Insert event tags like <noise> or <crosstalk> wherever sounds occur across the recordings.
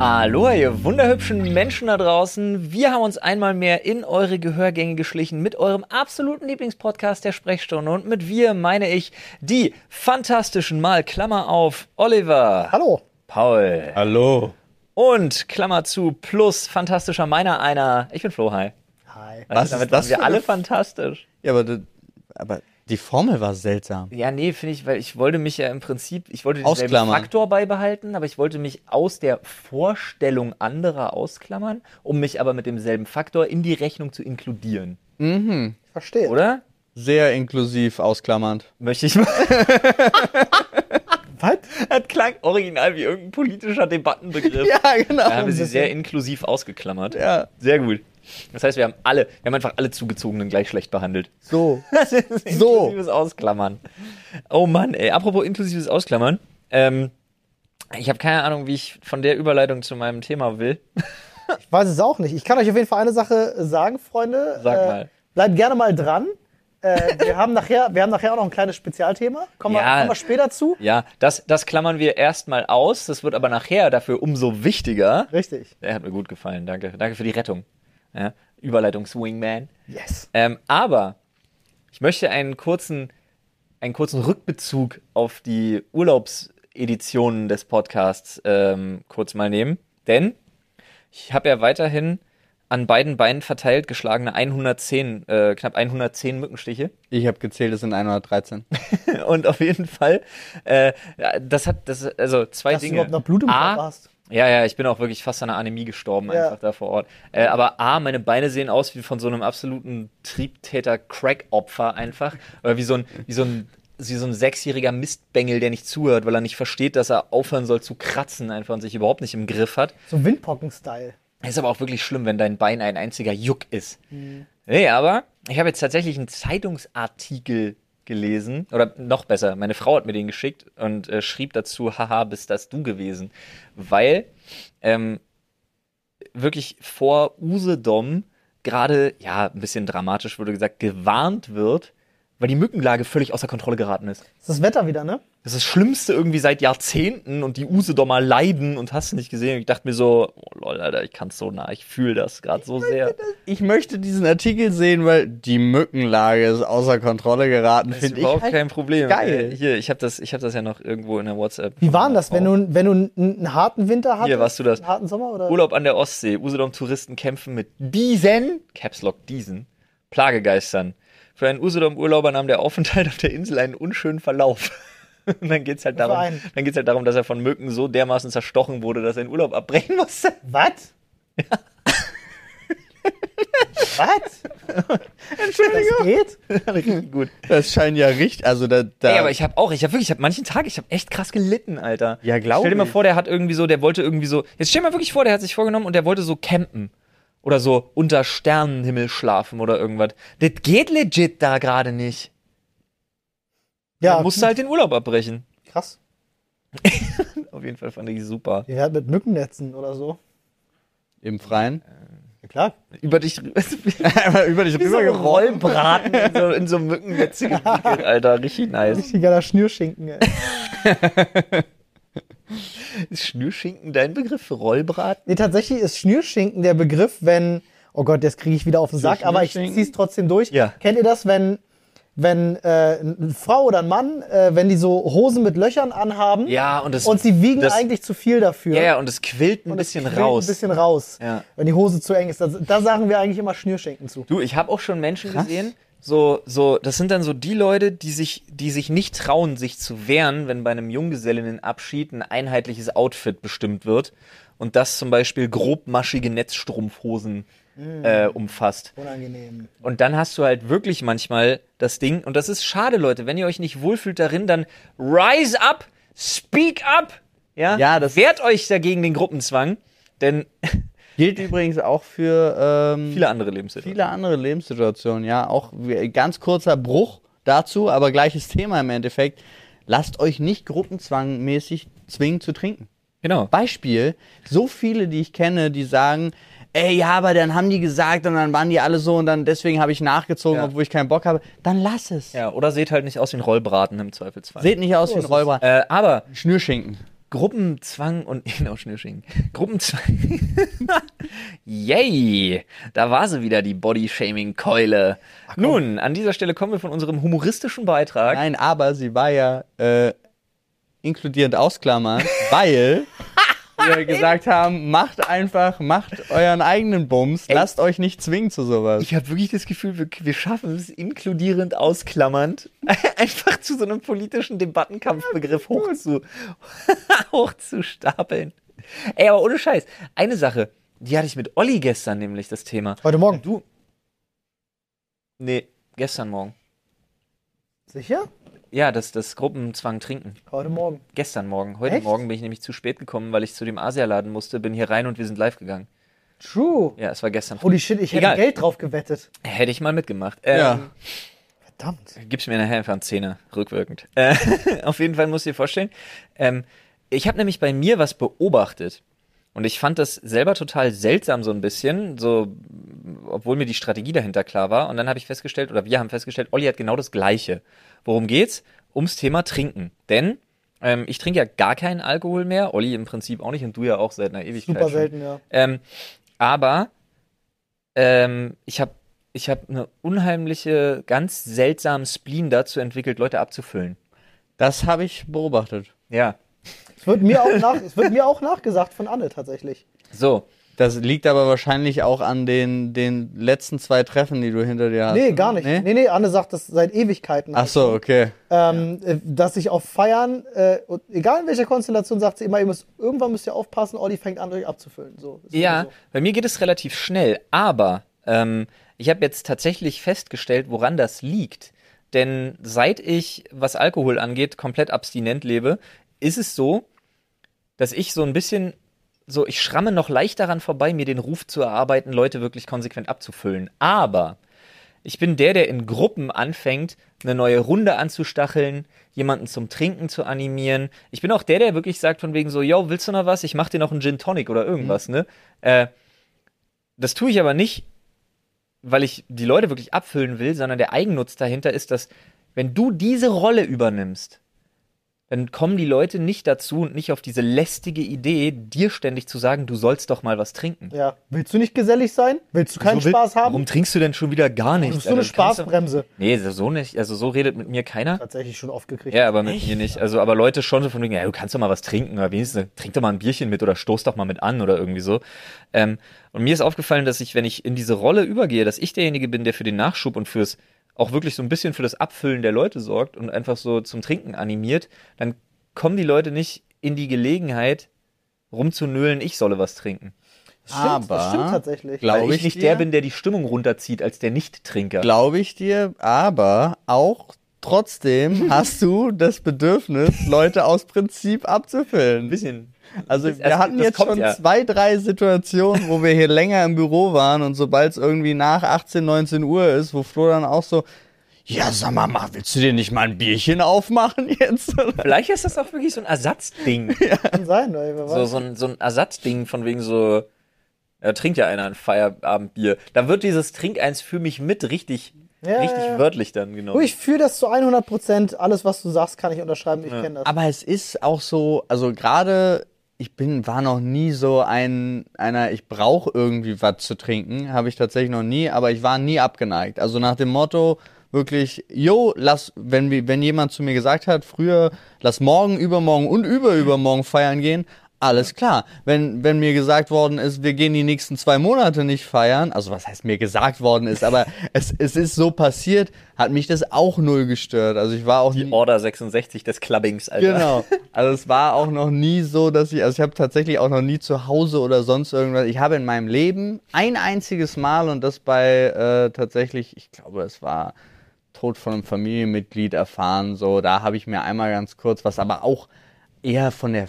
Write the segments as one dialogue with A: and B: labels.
A: Hallo, ihr wunderhübschen Menschen da draußen. Wir haben uns einmal mehr in eure Gehörgänge geschlichen mit eurem absoluten Lieblingspodcast der Sprechstunde. Und mit wir meine ich die fantastischen Mal, Klammer auf, Oliver.
B: Hallo.
A: Paul.
C: Hallo.
A: Und Klammer zu, plus fantastischer meiner einer. Ich bin Flo, hi.
B: Hi.
A: Weißt
C: Was
A: du,
C: ist
A: damit
C: das
A: waren wir
C: für eine
A: alle
C: F-
A: fantastisch.
C: Ja, aber, d- aber die Formel war seltsam.
A: Ja, nee, finde ich, weil ich wollte mich ja im Prinzip, ich wollte denselben
C: Ausklammern.
A: Faktor beibehalten, aber ich wollte mich aus der Vorstellung anderer ausklammern, um mich aber mit demselben Faktor in die Rechnung zu inkludieren.
B: Ich verstehe.
A: Oder?
C: Sehr
A: <laughs>
C: inklusiv ausklammernd.
A: Möchte
C: <laughs>
A: ich mal.
B: Was?
A: Das klang original wie irgendein politischer Debattenbegriff.
C: genau.
A: Da haben sie sehr inklusiv ausgeklammert.
C: Ja.
A: Sehr gut. Das heißt, wir haben alle, wir haben einfach alle Zugezogenen gleich schlecht behandelt.
B: So.
A: Das ist
C: So.
A: inklusives Ausklammern. Oh Mann, ey. Apropos inklusives Ausklammern. Ähm, ich habe keine Ahnung, wie ich von der Überleitung zu meinem Thema will.
B: Ich weiß es auch nicht. Ich kann euch auf jeden Fall eine Sache äh, sagen, Freunde.
A: Sag
B: Äh,
A: mal.
B: Bleibt gerne mal dran. Äh, wir, haben nachher, wir haben nachher auch noch ein kleines Spezialthema. Kommen,
A: Ja.
B: wir, kommen wir später zu.
A: Ja, das, das klammern wir erstmal aus. Das wird aber nachher dafür umso wichtiger.
B: Richtig.
A: Der hat mir gut gefallen. Danke. Danke für die Rettung. Ja, Überleitungs-Wingman.
B: Yes.
A: Ähm, aber ich möchte einen kurzen, einen kurzen Rückbezug auf die Urlaubseditionen des Podcasts ähm, kurz mal nehmen. Denn ich habe ja weiterhin an beiden Beinen verteilt geschlagene 110, äh, knapp 110 Mückenstiche.
C: Ich habe gezählt, es sind 113.
A: Und auf jeden Fall, äh, das hat, das, also zwei
B: Dass du
A: Dinge.
B: überhaupt noch Blut im
A: A,
B: Körper hast.
A: ja, ja, ich bin auch wirklich fast an einer Anämie gestorben,
B: Ja.
A: einfach da vor Ort. Äh, aber A, meine Beine sehen aus wie von so einem absoluten Triebtäter-Crack-Opfer einfach. Oder wie so ein, wie so ein, wie so ein sechsjähriger Mistbengel, der nicht zuhört, weil er nicht versteht, dass er aufhören soll zu kratzen einfach und sich überhaupt nicht im Griff hat.
B: So Windpocken-Style.
A: Ist aber auch wirklich schlimm, wenn dein Bein ein einziger Juck ist. Nee, aber ich habe jetzt tatsächlich einen Zeitungsartikel gelesen. Oder noch besser, meine Frau hat mir den geschickt und äh, schrieb dazu, haha, bist das du gewesen. Weil ähm, wirklich vor Usedom gerade, ja, ein bisschen dramatisch wurde gesagt, gewarnt wird, weil die Mückenlage völlig außer Kontrolle geraten ist.
B: Das ist das Wetter wieder, ne?
A: Das ist das Schlimmste irgendwie seit Jahrzehnten und die Usedomer leiden und hast du nicht gesehen. Und ich dachte mir so, oh lol, Alter, ich kann's so nah, ich fühle das gerade so sehr.
C: Ich möchte diesen Artikel sehen, weil die Mückenlage ist außer Kontrolle geraten,
A: Das ist
C: finde ich.
A: überhaupt
C: Halt.
A: kein Problem.
C: geil.
A: Äh, Hier, ich habe das, ich hab das ja noch irgendwo in der WhatsApp.
B: Wie war denn das, wenn du, wenn du einen, einen harten Winter hattest?
A: Oh. warst du das.
B: Einen harten Sommer? Oder?
A: Urlaub an der Ostsee, Usedom-Touristen kämpfen mit diesen, Caps Lock diesen, Plagegeistern. Für einen Usedom-Urlauber nahm der Aufenthalt auf der Insel einen unschönen Verlauf. <laughs> Und dann geht's halt darum,
B: einen.
A: dann geht's halt darum, dass er von Mücken so dermaßen zerstochen wurde, dass er den Urlaub abbrechen musste.
B: <laughs> Was? Was?
A: <laughs>
B: Entschuldigung. Das geht?
C: <laughs>
A: Richtig gut.
C: Das scheint ja richtig. Also da, da
A: Ey, aber ich habe auch, ich habe wirklich, ich habe manchen Tag, ich habe echt krass gelitten, Alter.
C: Ja, glaub
A: Stell dir mal
C: ich.
A: vor, der hat irgendwie so, der wollte irgendwie so, jetzt stell dir mal wirklich vor, der hat sich vorgenommen und der wollte so campen. Oder so unter Sternenhimmel schlafen oder irgendwas. Das geht legit da gerade nicht. Ja.
B: Ja,
A: Dann musst du halt den Urlaub abbrechen.
B: krass.
A: Auf jeden Fall fand ich super.
B: Ihr werdet mit Mückennetzen oder so.
C: im Freien.
B: Ja, klar.
A: Über dich, <laughs>
C: <laughs> Einmal über dich
A: so ein
C: rübergerollt.
A: Rollbraten in so, in so Mückennetze gewickelt, Alter. Richtig nice.
B: Richtig geiler Schnürschinken, ey.
A: Ist Schnürschinken dein Begriff für Rollbraten?
B: Nee, tatsächlich ist Schnürschinken der Begriff, wenn, oh Gott, jetzt kriege ich wieder auf den Sack, aber ich
C: Schnürschinken?
B: zieh's trotzdem durch.
A: Ja.
B: Kennt ihr das, wenn, wenn äh, eine Frau oder ein Mann, äh, wenn die so Hosen mit Löchern anhaben
A: Ja, und das.
B: und sie wiegen
A: das,
B: eigentlich zu viel dafür?
A: Ja, ja, und es quillt ein
B: Und es
A: bisschen
B: quillt
A: raus.
B: Ein bisschen raus,
A: Ja.
B: wenn die Hose zu eng ist. Da, da sagen wir eigentlich immer Schnürschinken zu.
A: Du, ich habe auch schon Menschen gesehen, so, so, das sind dann so die Leute, die sich, die sich nicht trauen, sich zu wehren, wenn bei einem Junggesellinnenabschied ein einheitliches Outfit bestimmt wird und das zum Beispiel grobmaschige Netzstrumpfhosen
C: Mhm.
A: äh, umfasst.
B: Unangenehm.
A: Und dann hast du halt wirklich manchmal das Ding, und das ist schade, Leute, wenn ihr euch nicht wohlfühlt darin, dann rise up, speak up, ja,
C: Ja, das-
A: wehrt euch dagegen den Gruppenzwang, denn <laughs>
C: Gilt übrigens auch für ähm,
A: viele andere Lebenssituationen.
C: viele andere Lebenssituationen, ja. Auch wie- ganz kurzer Bruch dazu, aber gleiches Thema im Endeffekt. Lasst euch nicht gruppenzwangmäßig zwingen zu trinken.
A: Genau.
C: Beispiel, so viele, die ich kenne, die sagen, ey, ja, aber dann haben die gesagt und dann waren die alle so und dann deswegen habe ich nachgezogen,
A: Ja.
C: obwohl ich keinen Bock habe. Dann lass es.
A: Ja, oder seht halt nicht aus wie ein Rollbraten im Zweifelsfall.
C: Seht nicht aus wie ein Rollbraten.
A: Äh, aber
C: Schnürschinken.
A: Gruppenzwang und <laughs> genau Schnürschinken. Gruppenzwang. <laughs> Yay! Da war sie wieder die Body-Shaming-Keule. Nun, an dieser Stelle kommen wir von unserem humoristischen Beitrag.
C: Nein, aber sie war ja äh, inkludierend ausklammern, <laughs> weil wir gesagt haben, macht einfach, macht euren eigenen Bums, lasst euch nicht zwingen zu sowas.
A: Ich habe wirklich das Gefühl, wir, wir schaffen es inkludierend ausklammernd, <laughs> einfach zu so einem politischen Debattenkampfbegriff hoch zu, <laughs> hochzustapeln. Ey, aber ohne Scheiß. Eine Sache, die hatte ich mit Olli gestern nämlich, das Thema.
B: Heute Morgen.
A: Du. Nee, gestern Morgen.
B: Sicher?
A: Ja, das, das Gruppenzwang trinken.
B: Heute Morgen.
A: Gestern Morgen. Heute
B: Echt?
A: Morgen bin ich nämlich zu spät gekommen, weil ich zu dem Asialaden musste, bin hier rein und wir sind live gegangen.
B: True.
A: Ja, es war gestern.
B: Holy shit, ich hätte
A: Egal.
B: Geld drauf gewettet.
A: Hätte ich mal mitgemacht. Ähm,
C: Ja.
B: Verdammt.
A: Gib's mir nachher einfach einen Zehner, rückwirkend. Äh, <laughs> auf jeden Fall musst du dir vorstellen, ähm, ich habe nämlich bei mir was beobachtet. Und ich fand das selber total seltsam so ein bisschen, so mh, obwohl mir die Strategie dahinter klar war. Und dann habe ich festgestellt, oder wir haben festgestellt, Olli hat genau das Gleiche. Worum geht's? Ums Thema Trinken. Denn ähm, ich trinke ja gar keinen Alkohol mehr, Olli im Prinzip auch nicht und du ja auch seit einer Ewigkeit.
B: Super
A: schon.
B: selten, ja.
A: Ähm, aber ähm, ich habe ich hab eine unheimliche, ganz seltsame Spleen dazu entwickelt, Leute abzufüllen.
C: Das habe ich beobachtet.
A: Ja.
B: Es wird, mir auch nach, es wird mir auch nachgesagt von Anne tatsächlich.
A: So.
C: Das liegt aber wahrscheinlich auch an den, den letzten zwei Treffen, die du hinter dir hast. ne?
B: Nee, gar nicht. Nee,
C: Nee?
B: nee, Anne sagt das seit Ewigkeiten.
C: Ach so, okay.
B: ähm, äh, Dass ich auf Feiern, äh, und egal in welcher Konstellation, sagt sie immer, ihr müsst, irgendwann müsst ihr aufpassen, Olli fängt an, euch abzufüllen. So, ist
A: Ja,
B: immer so.
A: bei mir geht es relativ schnell, aber ähm, ich habe jetzt tatsächlich festgestellt, woran das liegt. Denn seit ich, was Alkohol angeht, komplett abstinent lebe, ist es so, dass ich so ein bisschen, so ich schramme noch leicht daran vorbei, mir den Ruf zu erarbeiten, Leute wirklich konsequent abzufüllen. Aber ich bin der, der in Gruppen anfängt, eine neue Runde anzustacheln, jemanden zum Trinken zu animieren. Ich bin auch der, der wirklich sagt von wegen so, yo, willst du noch was? Ich mach dir noch einen Gin Tonic oder
B: Mhm.
A: irgendwas, ne? Äh, das tue ich aber nicht, weil ich die Leute wirklich abfüllen will, sondern der Eigennutz dahinter ist, dass wenn du diese Rolle übernimmst, dann kommen die Leute nicht dazu und nicht auf diese lästige Idee, dir ständig zu sagen, du sollst doch mal was trinken.
B: ja. Willst du nicht gesellig sein? Willst du
A: Wieso
B: keinen
A: Also will-
B: Spaß haben?
A: Warum trinkst du denn schon wieder gar nichts?
B: Das ist so eine
A: Alter? Du kannst doch-
B: Spaßbremse.
A: Nee, so nicht. Also so redet mit mir keiner.
B: Tatsächlich schon oft gekriegt.
A: Ja, aber mit mir nicht. Also, aber Leute schon so von wegen, ja, du kannst doch mal was trinken oder wenigstens trink doch mal ein Bierchen mit oder stoß doch mal mit an oder irgendwie so. Ähm, und mir ist aufgefallen, dass ich, wenn ich in diese Rolle übergehe, dass ich derjenige bin, der für den Nachschub und fürs auch wirklich so ein bisschen für das Abfüllen der Leute sorgt und einfach so zum Trinken animiert, dann kommen die Leute nicht in die Gelegenheit, rumzunölen, ich solle was trinken.
B: das stimmt, das
C: aber-
B: stimmt tatsächlich.
C: Glaub
A: Weil ich
C: ich
A: nicht
C: dir?
A: der bin, der die Stimmung runterzieht, als der Nicht-Trinker.
C: Glaube ich dir, aber auch trotzdem hast du das Bedürfnis, Leute aus Prinzip abzufüllen.
A: bisschen.
C: Also
A: Das-
C: wir
A: das-
C: hatten
A: das
C: jetzt
A: kommt
C: schon
A: ja.
C: zwei, drei Situationen, wo wir hier länger im Büro waren und sobald es irgendwie nach 18, 19 Uhr ist, wo Flo dann auch so, ja, sag mal, mach- willst du dir nicht mal ein Bierchen aufmachen jetzt? <laughs> Oder?
A: Vielleicht ist das auch wirklich so ein Ersatzding.
B: Kann sein, ey, wer
A: So,
B: weiß.
A: so, ein, so ein Ersatzding von wegen so, ja, trinkt ja einer ein Feierabendbier. Da wird dieses Trink eins für mich mit richtig,
B: Ja,
A: richtig
B: ja, ja.
A: wörtlich dann genommen.
B: Du, ich fühle das zu 100 Prozent. Alles, was du sagst, kann ich unterschreiben. Ich kenne das.
C: Aber es ist auch so, also gerade ich bin war noch nie so ein einer ich brauche irgendwie was zu trinken, habe ich tatsächlich noch nie, aber ich war nie abgeneigt. Also nach dem Motto wirklich, jo, lass wenn wir- wenn jemand zu mir gesagt hat, früher lass morgen, übermorgen und überübermorgen feiern gehen, alles klar. Wenn wenn mir gesagt worden ist, wir gehen die nächsten zwei Monate nicht feiern, also was heißt mir gesagt worden ist, aber es es ist so passiert, hat mich das auch null gestört. Also ich war auch
A: Die Order 66 des Clubbings, Alter.
C: Genau. <laughs> Also es war auch noch nie so, dass ich, also ich habe tatsächlich auch noch nie zu Hause oder sonst irgendwas. Ich habe in meinem Leben ein einziges Mal und das bei äh, tatsächlich, ich glaube, es war Tod von einem Familienmitglied erfahren. So, da habe ich mir einmal ganz kurz, was aber auch eher von der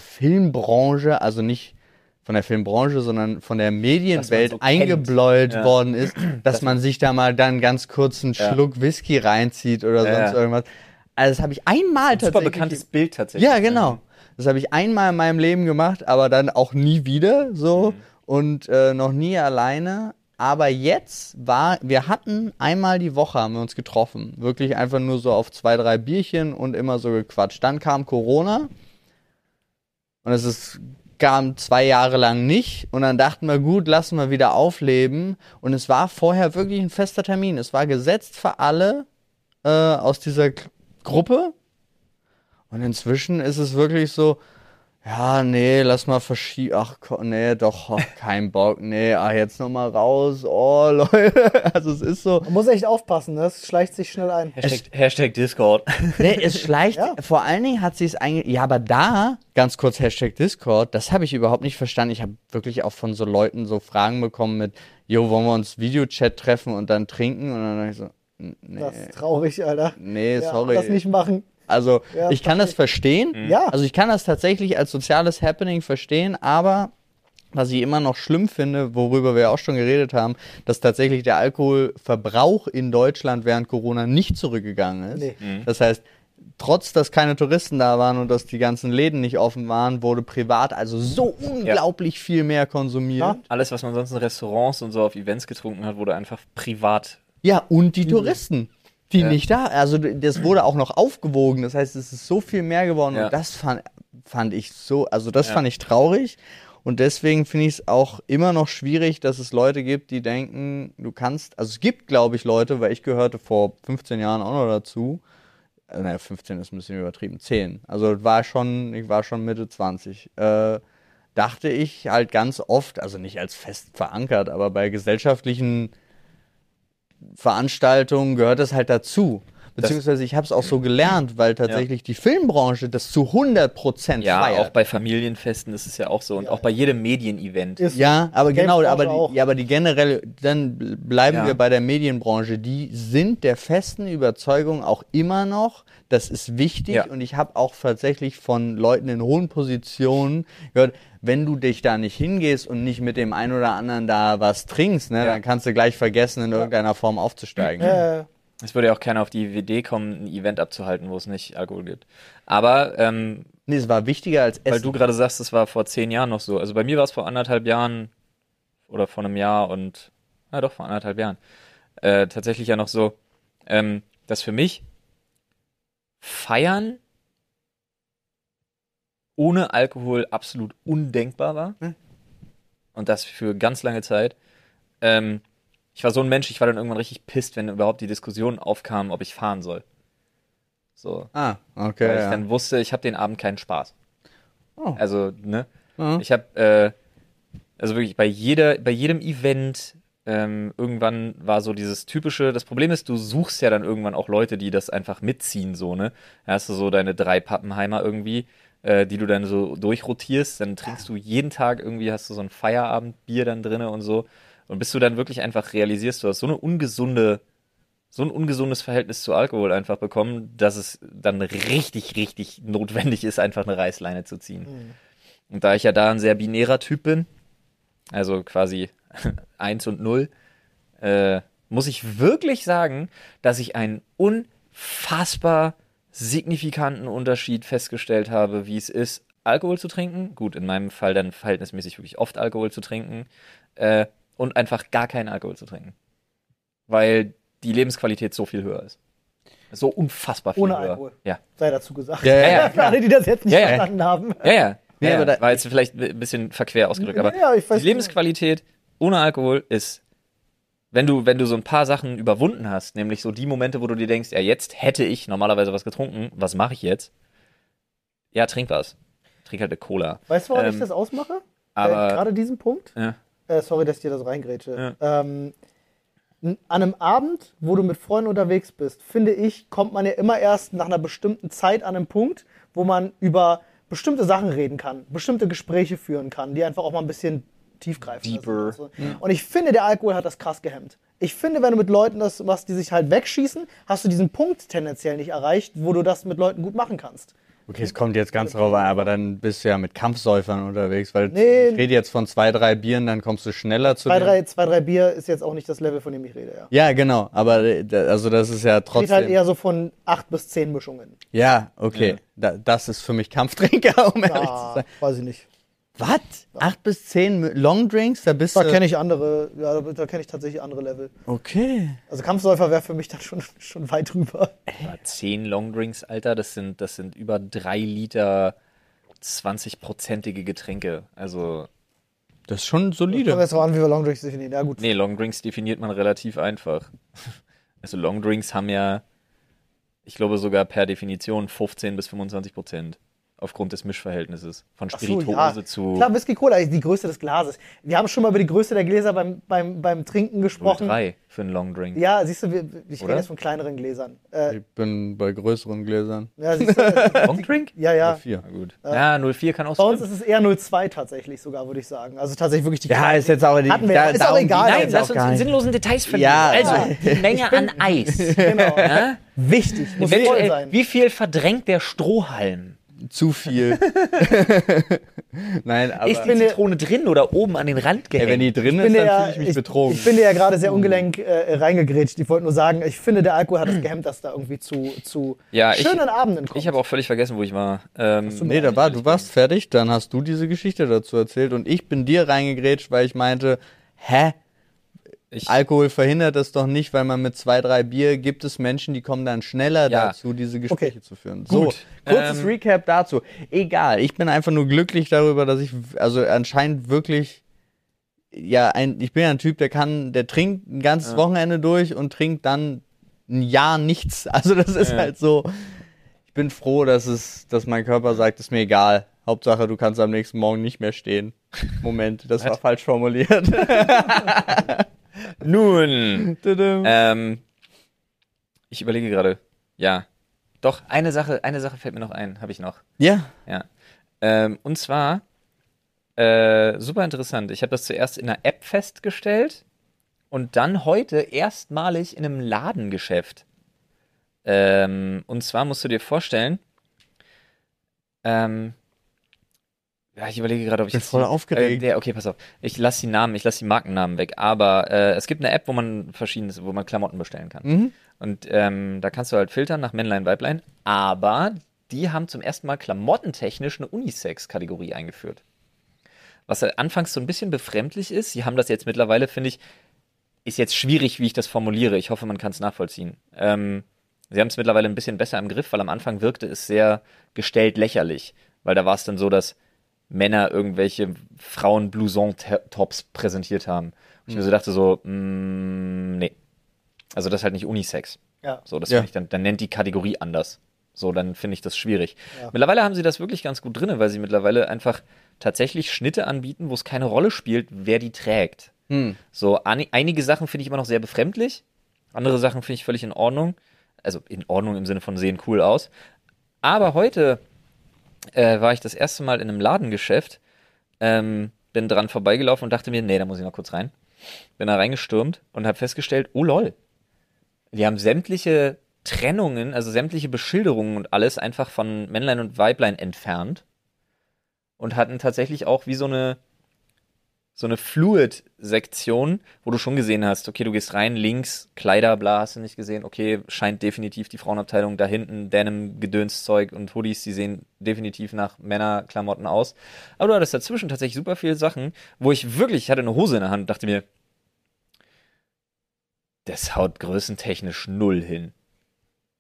C: Filmbranche, also nicht von der Filmbranche, sondern von der Medienwelt
A: so kennt.
C: eingebläut
A: Ja. <clears throat>
C: worden ist, dass man sich da mal dann ganz kurz einen
A: Ja.
C: Schluck Whisky reinzieht oder
A: Ja,
C: sonst
A: ja.
C: irgendwas. Also das habe ich einmal
A: Super
C: tatsächlich
A: bekanntes Bild tatsächlich. ne?
C: ja, genau. Das habe ich einmal in meinem Leben gemacht, aber dann auch nie wieder so und äh, noch nie alleine. Aber jetzt war, wir hatten einmal die Woche haben wir uns getroffen. Wirklich einfach nur so auf zwei, drei Bierchen und immer so gequatscht. Dann kam Corona Und es ist kam zwei Jahre lang nicht und dann dachten wir, gut, lassen wir wieder aufleben. Und es war vorher wirklich ein fester Termin. Es war gesetzt für alle äh, aus dieser K Gruppe. Und inzwischen ist es wirklich so, ja, nee, lass mal verschieben. Ach, ko- nee, doch, oh, kein Bock. Nee, ah, jetzt noch mal raus. Oh, <laughs> Leute. Also es ist so,
B: Man muss echt aufpassen, ne? das schleicht sich schnell ein.
A: Hashtag, Hashtag Discord.
C: Nee, es schleicht.
B: Ja.
C: Vor allen Dingen hat sie es eigentlich. Ja, aber da, ganz kurz Hashtag Discord, das habe ich überhaupt nicht verstanden. Ich habe wirklich auch von so Leuten so Fragen bekommen mit, jo, wollen wir uns Videochat treffen und dann trinken? Und dann dachte ich so, "N- nee,
B: Das ist traurig, Alter.
C: nee,
B: Ja,
C: sorry.
B: Das nicht machen.
C: Also
B: Ja,
C: ich kann das verstehen.
B: Ja.
C: Also ich kann das tatsächlich als soziales Happening verstehen, aber was ich immer noch schlimm finde, worüber wir auch schon geredet haben, dass tatsächlich der Alkoholverbrauch in Deutschland während Corona nicht zurückgegangen ist.
B: Nee.
C: Das heißt, trotz dass keine Touristen da waren und dass die ganzen Läden nicht offen waren, wurde privat also so unglaublich viel mehr konsumiert.
B: Ja.
A: Alles, was man sonst in Restaurants und so auf Events getrunken hat, wurde einfach privat.
C: Ja, und
A: Mhm.
C: die Touristen, die nicht da. Also d- das wurde auch noch aufgewogen. Das heißt, es ist so viel mehr geworden.
A: Ja.
C: Und das fand, fand ich so, also das
A: Ja.
C: fand ich traurig. Und deswegen finde ich es auch immer noch schwierig, dass es Leute gibt, die denken, du kannst, also es gibt, glaube ich, Leute, weil ich gehörte vor 15 Jahren auch noch dazu. Also, naja, 15 ist ein bisschen übertrieben, 10. Also es war schon, ich war schon Mitte 20. Äh, dachte ich halt ganz oft, also nicht als fest verankert, aber bei gesellschaftlichen Veranstaltungen gehört das halt dazu. Beziehungsweise ich habe es auch so gelernt, weil tatsächlich die Filmbranche das zu 100%
A: Ja,
C: feiert.
A: auch bei Familienfesten ist es ja auch so. Und auch bei jedem Medienevent.
B: Ist
C: ja, aber genau,
B: Gamebranche
C: aber
B: auch.
C: die, ja, aber die generelle, dann bl- bleiben
A: Ja.
C: wir bei der Medienbranche, die sind der festen Überzeugung auch immer noch, das ist wichtig
A: Ja.
C: und ich habe auch tatsächlich von Leuten in hohen Positionen gehört, wenn du dich da nicht hingehst und nicht mit dem einen oder anderen da was trinkst, ne,
A: Ja.
C: dann kannst du gleich vergessen, in irgendeiner Form aufzusteigen.
B: äh,
A: Es würde ja auch keiner auf die Idee kommen, ein Event abzuhalten, wo es nicht Alkohol gibt. Aber ähm,
C: Nee, es war wichtiger als Essen.
A: weil du gerade sagst, das war vor zehn Jahren noch so. Also bei mir war es vor anderthalb Jahren oder vor einem Jahr und, na doch, vor anderthalb Jahren. Äh, tatsächlich ja noch so, ähm, dass für mich Feiern ohne Alkohol absolut undenkbar war.
C: Hm.
A: Und das für ganz lange Zeit. Ähm, ich war so ein Mensch, ich war dann irgendwann richtig pisst, wenn überhaupt die Diskussion aufkam, ob ich fahren soll. So.
C: Ah, okay.
A: weil ich
C: ja.
A: dann wusste, ich habe den Abend keinen Spaß.
C: Oh.
A: Also, ne?
C: Mhm.
A: Ich habe, äh, also wirklich bei jeder, bei jedem Event ähm, irgendwann war so dieses typische. Das Problem ist, du suchst ja dann irgendwann auch Leute, die das einfach mitziehen, so ne. Da hast du so deine drei Pappenheimer irgendwie, äh, die du dann so durchrotierst. Dann trinkst du jeden Tag irgendwie, hast du so ein Feierabendbier dann drinne und so. Und bis du dann wirklich einfach realisierst, du hast so eine ungesunde so ein ungesundes Verhältnis zu Alkohol einfach bekommen, dass es dann richtig, richtig notwendig ist, einfach eine Reißleine zu ziehen. Und da ich ja da ein sehr binärer Typ bin, also quasi <laughs> 1 und 0, äh, muss ich wirklich sagen, dass ich einen unfassbar signifikanten Unterschied festgestellt habe, wie es ist, Alkohol zu trinken. Gut, in meinem Fall dann verhältnismäßig wirklich oft Alkohol zu trinken. Äh, und einfach gar keinen Alkohol zu trinken. Weil die Lebensqualität so viel höher ist. So unfassbar viel
B: Ohne
A: höher.
B: Alkohol.
A: Ja.
B: sei dazu gesagt.
C: Ja, ja,
A: ja,
B: <laughs> Für alle, die das jetzt nicht
A: Ja, ja.
B: verstanden haben.
A: Ja, ja.
C: Nee,
A: ja,
C: aber
A: ja.
C: da-
A: War jetzt vielleicht ein bisschen verquer ausgedrückt, aber
B: Ja, ich weiß
A: die Lebensqualität ohne Alkohol ist, wenn du, wenn du so ein paar Sachen überwunden hast, nämlich so die Momente, wo du dir denkst, ja, jetzt hätte ich normalerweise was getrunken, was mache ich jetzt? Ja, trink was. Trink halt eine Cola.
B: Weißt du, warum
A: Ähm,
B: ich das ausmache? äh,
A: Aber
B: gerade diesen Punkt?
A: ja,
B: Äh, sorry, dass ich dir da so reingrätsche. Ähm, n- an einem Abend, wo du mit Freunden unterwegs bist, finde ich, kommt man ja immer erst nach einer bestimmten Zeit an einen Punkt, wo man über bestimmte Sachen reden kann, bestimmte Gespräche führen kann, die einfach auch mal ein bisschen tiefgreifend
A: Deeper.
B: sind. und so. Und ich finde, der Alkohol hat das krass gehemmt. Ich finde, wenn du mit Leuten das machst, die sich halt wegschießen, hast du diesen Punkt tendenziell nicht erreicht, wo du das mit Leuten gut machen kannst.
C: Okay, es kommt jetzt ganz drauf an, aber dann bist du ja mit Kampfsäufern unterwegs, weil
B: Nee.
C: ich rede jetzt von zwei, drei Bieren, dann kommst du schneller zu
B: Zwei,
C: dem-
B: drei, zwei, drei Bier ist jetzt auch nicht das Level, von dem ich rede, ja.
C: Ja, genau, aber äh, da- also das ist ja
B: Geht halt
C: trotzdem.
B: eher so von acht bis zehn Mischungen.
C: ja, okay, Da, das ist für mich Kampftrinker, <laughs> um ehrlich zu
B: Ah,
C: sein.
B: weiß ich nicht.
C: Was? Acht bis zehn Mi- Longdrinks, da bist
B: Da
C: du
B: kenne ich andere, ja, da, da kenne ich tatsächlich andere Level.
C: Okay.
B: Also Kampfsäufer wäre für mich dann schon, <laughs> schon weit rüber.
A: zehn Longdrinks, Alter, das sind, das sind über drei Liter 20-prozentige Getränke. Also,
C: Das ist schon
B: Kommt
C: solide.
B: jetzt drauf an, wie wir Long Drinks definieren. Ja, gut.
A: nee, Long Drinks definiert man relativ einfach. <laughs> Also, Long Drinks haben ja, ich glaube, sogar per Definition 15 bis 25 Prozent aufgrund des Mischverhältnisses von
B: Ach so,
A: Spirituose zu
B: Klar, Whisky Cola ist die Größe des Glases. Wir haben schon mal über die Größe der Gläser beim, beim, beim Trinken gesprochen.
A: 03 für einen Long Drink.
B: Ja, siehst du, wir, ich rede
A: Oder?
B: jetzt von kleineren Gläsern. Äh,
C: Ich bin bei größeren Gläsern.
B: ja, siehst du,
A: Long Drink?
B: ja, ja.
C: Vier.
A: Na gut. Ja, 04 kann auch
B: Bei uns
A: stimmen.
B: ist es eher 0,2 tatsächlich sogar, würde ich sagen. Also tatsächlich wirklich die
C: Ja,
B: kleinen.
C: ist jetzt auch die.
B: Hatten wir- ist auch egal.
A: Nein,
B: Ist
A: lass uns in sinnlosen Details verlieren.
C: Ja.
A: Also, die Menge an Eis.
B: genau. <laughs> Wichtig, muss voll
A: Eventuell,
B: sein.
A: wie viel verdrängt der Strohhalm?
C: Zu viel.
B: <laughs>
C: <laughs> Nein, aber
A: ist die Zitrone drin oder oben an den Rand
C: ey,
A: gehängt?
C: wenn die drin
B: bin
C: ist, dann
B: ja-
C: fühle ich mich betrogen.
B: Ich bin dir ja gerade sehr ungelenk äh, reingegrätscht. Ich wollte nur sagen, ich finde, der Alkohol hat es gehemmt, dass da irgendwie zu, zu
A: Ja, ich-
B: schönen Abenden kommt.
A: ich habe auch völlig vergessen, wo ich war. Ähm,
C: Nee, da war, du warst fertig, dann hast du diese Geschichte dazu erzählt und ich bin dir reingegrätscht, weil ich meinte, hä?
A: ich,
C: Alkohol verhindert das doch nicht, weil man mit zwei, drei Bier gibt es Menschen, die kommen dann schneller
A: Ja.
C: dazu, diese Gespräche
B: Okay.
C: zu führen.
A: Gut.
C: So, kurzes
A: Ähm.
C: Recap dazu. Egal, ich bin einfach nur glücklich darüber, dass ich, also anscheinend wirklich, ja, ein, ich bin ja ein Typ, der kann, der trinkt ein ganzes Wochenende durch und trinkt dann ein Jahr nichts. <laughs> Also das ist halt so. Ich bin froh, dass es, dass mein Körper sagt, ist mir egal. Hauptsache, du kannst am nächsten Morgen nicht mehr stehen. Moment, das war falsch formuliert. <laughs>
A: nun,
C: Tudum.
A: ähm, ich überlege gerade. Ja, doch eine Sache, eine Sache fällt mir noch ein, habe ich noch.
C: ja.
A: Ja. Ähm, und zwar, äh, super interessant. Ich habe das zuerst in einer App festgestellt und dann heute erstmalig in einem Ladengeschäft. Ähm, und zwar musst du dir vorstellen, ähm, ja, ich überlege gerade, ob ich
C: Bin
A: jetzt
C: voll
A: die-
C: aufgeregt.
A: Äh, der, okay, pass auf. Ich lasse die Namen, ich lasse die Markennamen weg. Aber äh, es gibt eine App, wo man verschiedenes, wo man Klamotten bestellen kann.
C: Mhm.
A: Und ähm, da kannst du halt filtern nach Männlein, Weiblein. Aber die haben zum ersten Mal klamottentechnisch eine Unisex-Kategorie eingeführt. Was halt anfangs so ein bisschen befremdlich ist. Sie haben das jetzt mittlerweile, finde ich, ist jetzt schwierig, wie ich das formuliere. Ich hoffe, man kann es nachvollziehen. Ähm, sie haben es mittlerweile ein bisschen besser im Griff, weil am Anfang wirkte es sehr gestellt lächerlich. Weil da war es dann so, dass Männer irgendwelche Frauen-Blouson-Tops präsentiert haben. Und ich mir so dachte so, mm, nee. Also das ist halt nicht Unisex.
B: ja.
A: So, das
C: Ja.
A: finde ich dann, dann nennt die Kategorie anders. So, dann finde ich das schwierig.
B: Ja.
A: Mittlerweile haben sie das wirklich ganz gut drinne, weil sie mittlerweile einfach tatsächlich Schnitte anbieten, wo es keine Rolle spielt, wer die trägt.
C: Hm.
A: So, ani- einige Sachen finde ich immer noch sehr befremdlich, andere Sachen finde ich völlig in Ordnung. Also in Ordnung im Sinne von sehen cool aus. Aber heute äh, war ich das erste Mal in einem Ladengeschäft, ähm, bin dran vorbeigelaufen und dachte mir, nee, da muss ich noch kurz rein. Bin da reingestürmt und habe festgestellt, oh lol, die haben sämtliche Trennungen, also sämtliche Beschilderungen und alles einfach von Männlein und Weiblein entfernt und hatten tatsächlich auch wie so eine so eine Fluid-Sektion, wo du schon gesehen hast, okay, du gehst rein, links, Kleider, bla, hast du nicht gesehen, okay, scheint definitiv die Frauenabteilung da hinten, Denim, Gedönszeug und Hoodies, die sehen definitiv nach Männerklamotten aus. Aber du hattest dazwischen tatsächlich super viele Sachen, wo ich wirklich, ich hatte eine Hose in der Hand und dachte mir, das haut größentechnisch null hin.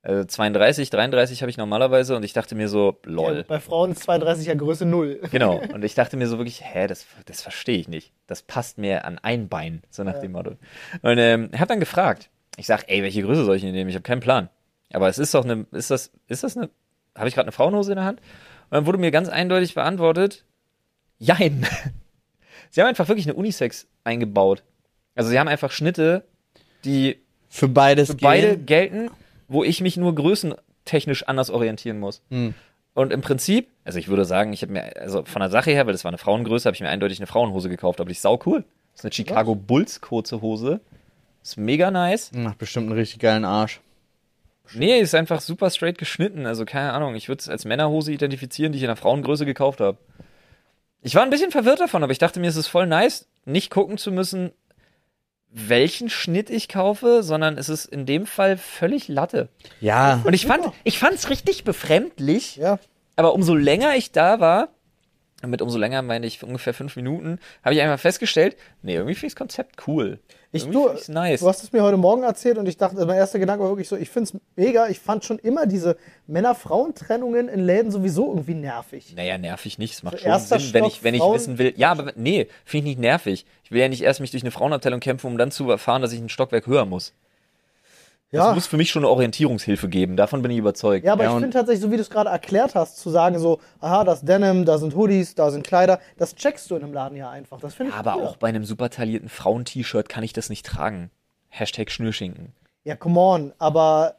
A: Also 32, 33 habe ich normalerweise und ich dachte mir so, lol.
B: Ja, Bei Frauen ist 32er Größe 0.
A: Genau. Und ich dachte mir so wirklich, hä, das, das verstehe ich nicht. Das passt mir an ein Bein, so nach dem Motto. Und ähm, er hat dann gefragt. Ich sag, ey, welche Größe soll ich denn nehmen? Ich habe keinen Plan. Aber es ist doch eine, ist das, ist das eine, habe ich gerade eine Frauenhose in der Hand? Und dann wurde mir ganz eindeutig beantwortet, jein. <laughs> sie haben einfach wirklich eine Unisex eingebaut. Also sie haben einfach Schnitte, die
C: Für beides
A: für beide
C: gehen.
A: gelten, wo ich mich nur größentechnisch anders orientieren muss. Und im Prinzip, also ich würde sagen, ich habe mir, also von der Sache her, weil das war eine Frauengröße, habe ich mir eindeutig eine Frauenhose gekauft, aber die ist sau cool. Das ist eine Chicago Bulls kurze Hose. Ist mega nice.
C: Macht bestimmt einen richtig geilen Arsch.
A: Nee, ist einfach super straight geschnitten. Also keine Ahnung, ich würde es als Männerhose identifizieren, die ich in der Frauengröße gekauft habe. Ich war ein bisschen verwirrt davon, aber ich dachte mir, es ist voll nice, nicht gucken zu müssen, welchen Schnitt ich kaufe, sondern es ist in dem Fall völlig Latte.
C: Ja.
A: Und ich fand, ich fand's richtig befremdlich,
B: Ja.
A: aber umso länger ich da war, und mit umso länger meine ich ungefähr fünf Minuten, habe ich einfach festgestellt, nee, irgendwie finde ich das Konzept cool.
B: Ich,
A: Irgendwie
B: du,
A: find ich's nice.
B: du hast es mir heute Morgen erzählt und ich dachte, also mein erster Gedanke war wirklich so, ich find's mega. Ich fand schon immer diese Männer-Frauen-Trennungen in Läden sowieso irgendwie nervig.
A: Naja, nervig nicht. Es macht
B: So
A: schon
B: Also erster
A: Sinn, wenn
B: Stock,
A: ich, wenn ich
B: Frauen-
A: wissen will. Ja, aber nee, finde ich nicht nervig. Ich will ja nicht erst mich durch eine Frauenabteilung kämpfen, um dann zu erfahren, dass ich ein Stockwerk höher muss. Es
B: Ja,
A: muss für mich schon eine Orientierungshilfe geben. Davon bin ich überzeugt.
B: ja aber
C: Ja,
B: ich
C: und-
B: finde tatsächlich, so wie du es gerade erklärt hast, zu sagen so, aha, das ist Denim, da sind Hoodies, da sind Kleider, das checkst du in einem Laden ja einfach. Das finde ich
A: Aber
B: cool.
A: auch bei einem super taillierten Frauen-T-Shirt kann ich das nicht tragen. Hashtag Schnürschinken.
B: Ja, come on, aber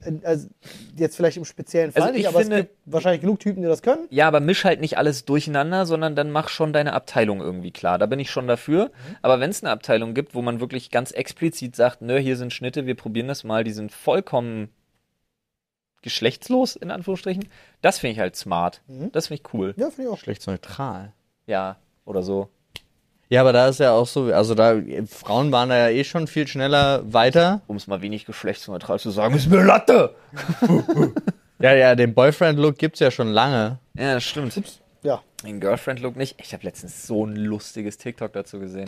B: äh, also, jetzt vielleicht im speziellen Fall
A: Also
B: nicht,
A: ich
B: aber
A: finde-
B: es gibt wahrscheinlich genug Typen, die das können.
A: Ja, aber misch halt nicht alles durcheinander, sondern dann mach schon deine Abteilung irgendwie klar. Da bin ich schon dafür. Aber wenn es eine Abteilung gibt, wo man wirklich ganz explizit sagt, nö, hier sind Schnitte, wir probieren das mal, die sind vollkommen geschlechtslos, in Anführungsstrichen, das finde ich halt smart. Das finde ich cool.
B: Ja, finde ich auch schlecht.
C: Geschlechtsneutral.
A: Ja, oder so.
C: Ja, aber da ist ja auch so, also da, Frauen waren da ja eh schon viel schneller weiter.
A: Um es mal wenig geschlechtsneutral zu sagen, ist mir Latte!
C: Ja, ja, den Boyfriend-Look gibt's ja schon lange.
A: Ja, das stimmt.
B: Ja.
A: Den Girlfriend-Look nicht. Ich habe letztens so ein lustiges TikTok dazu gesehen.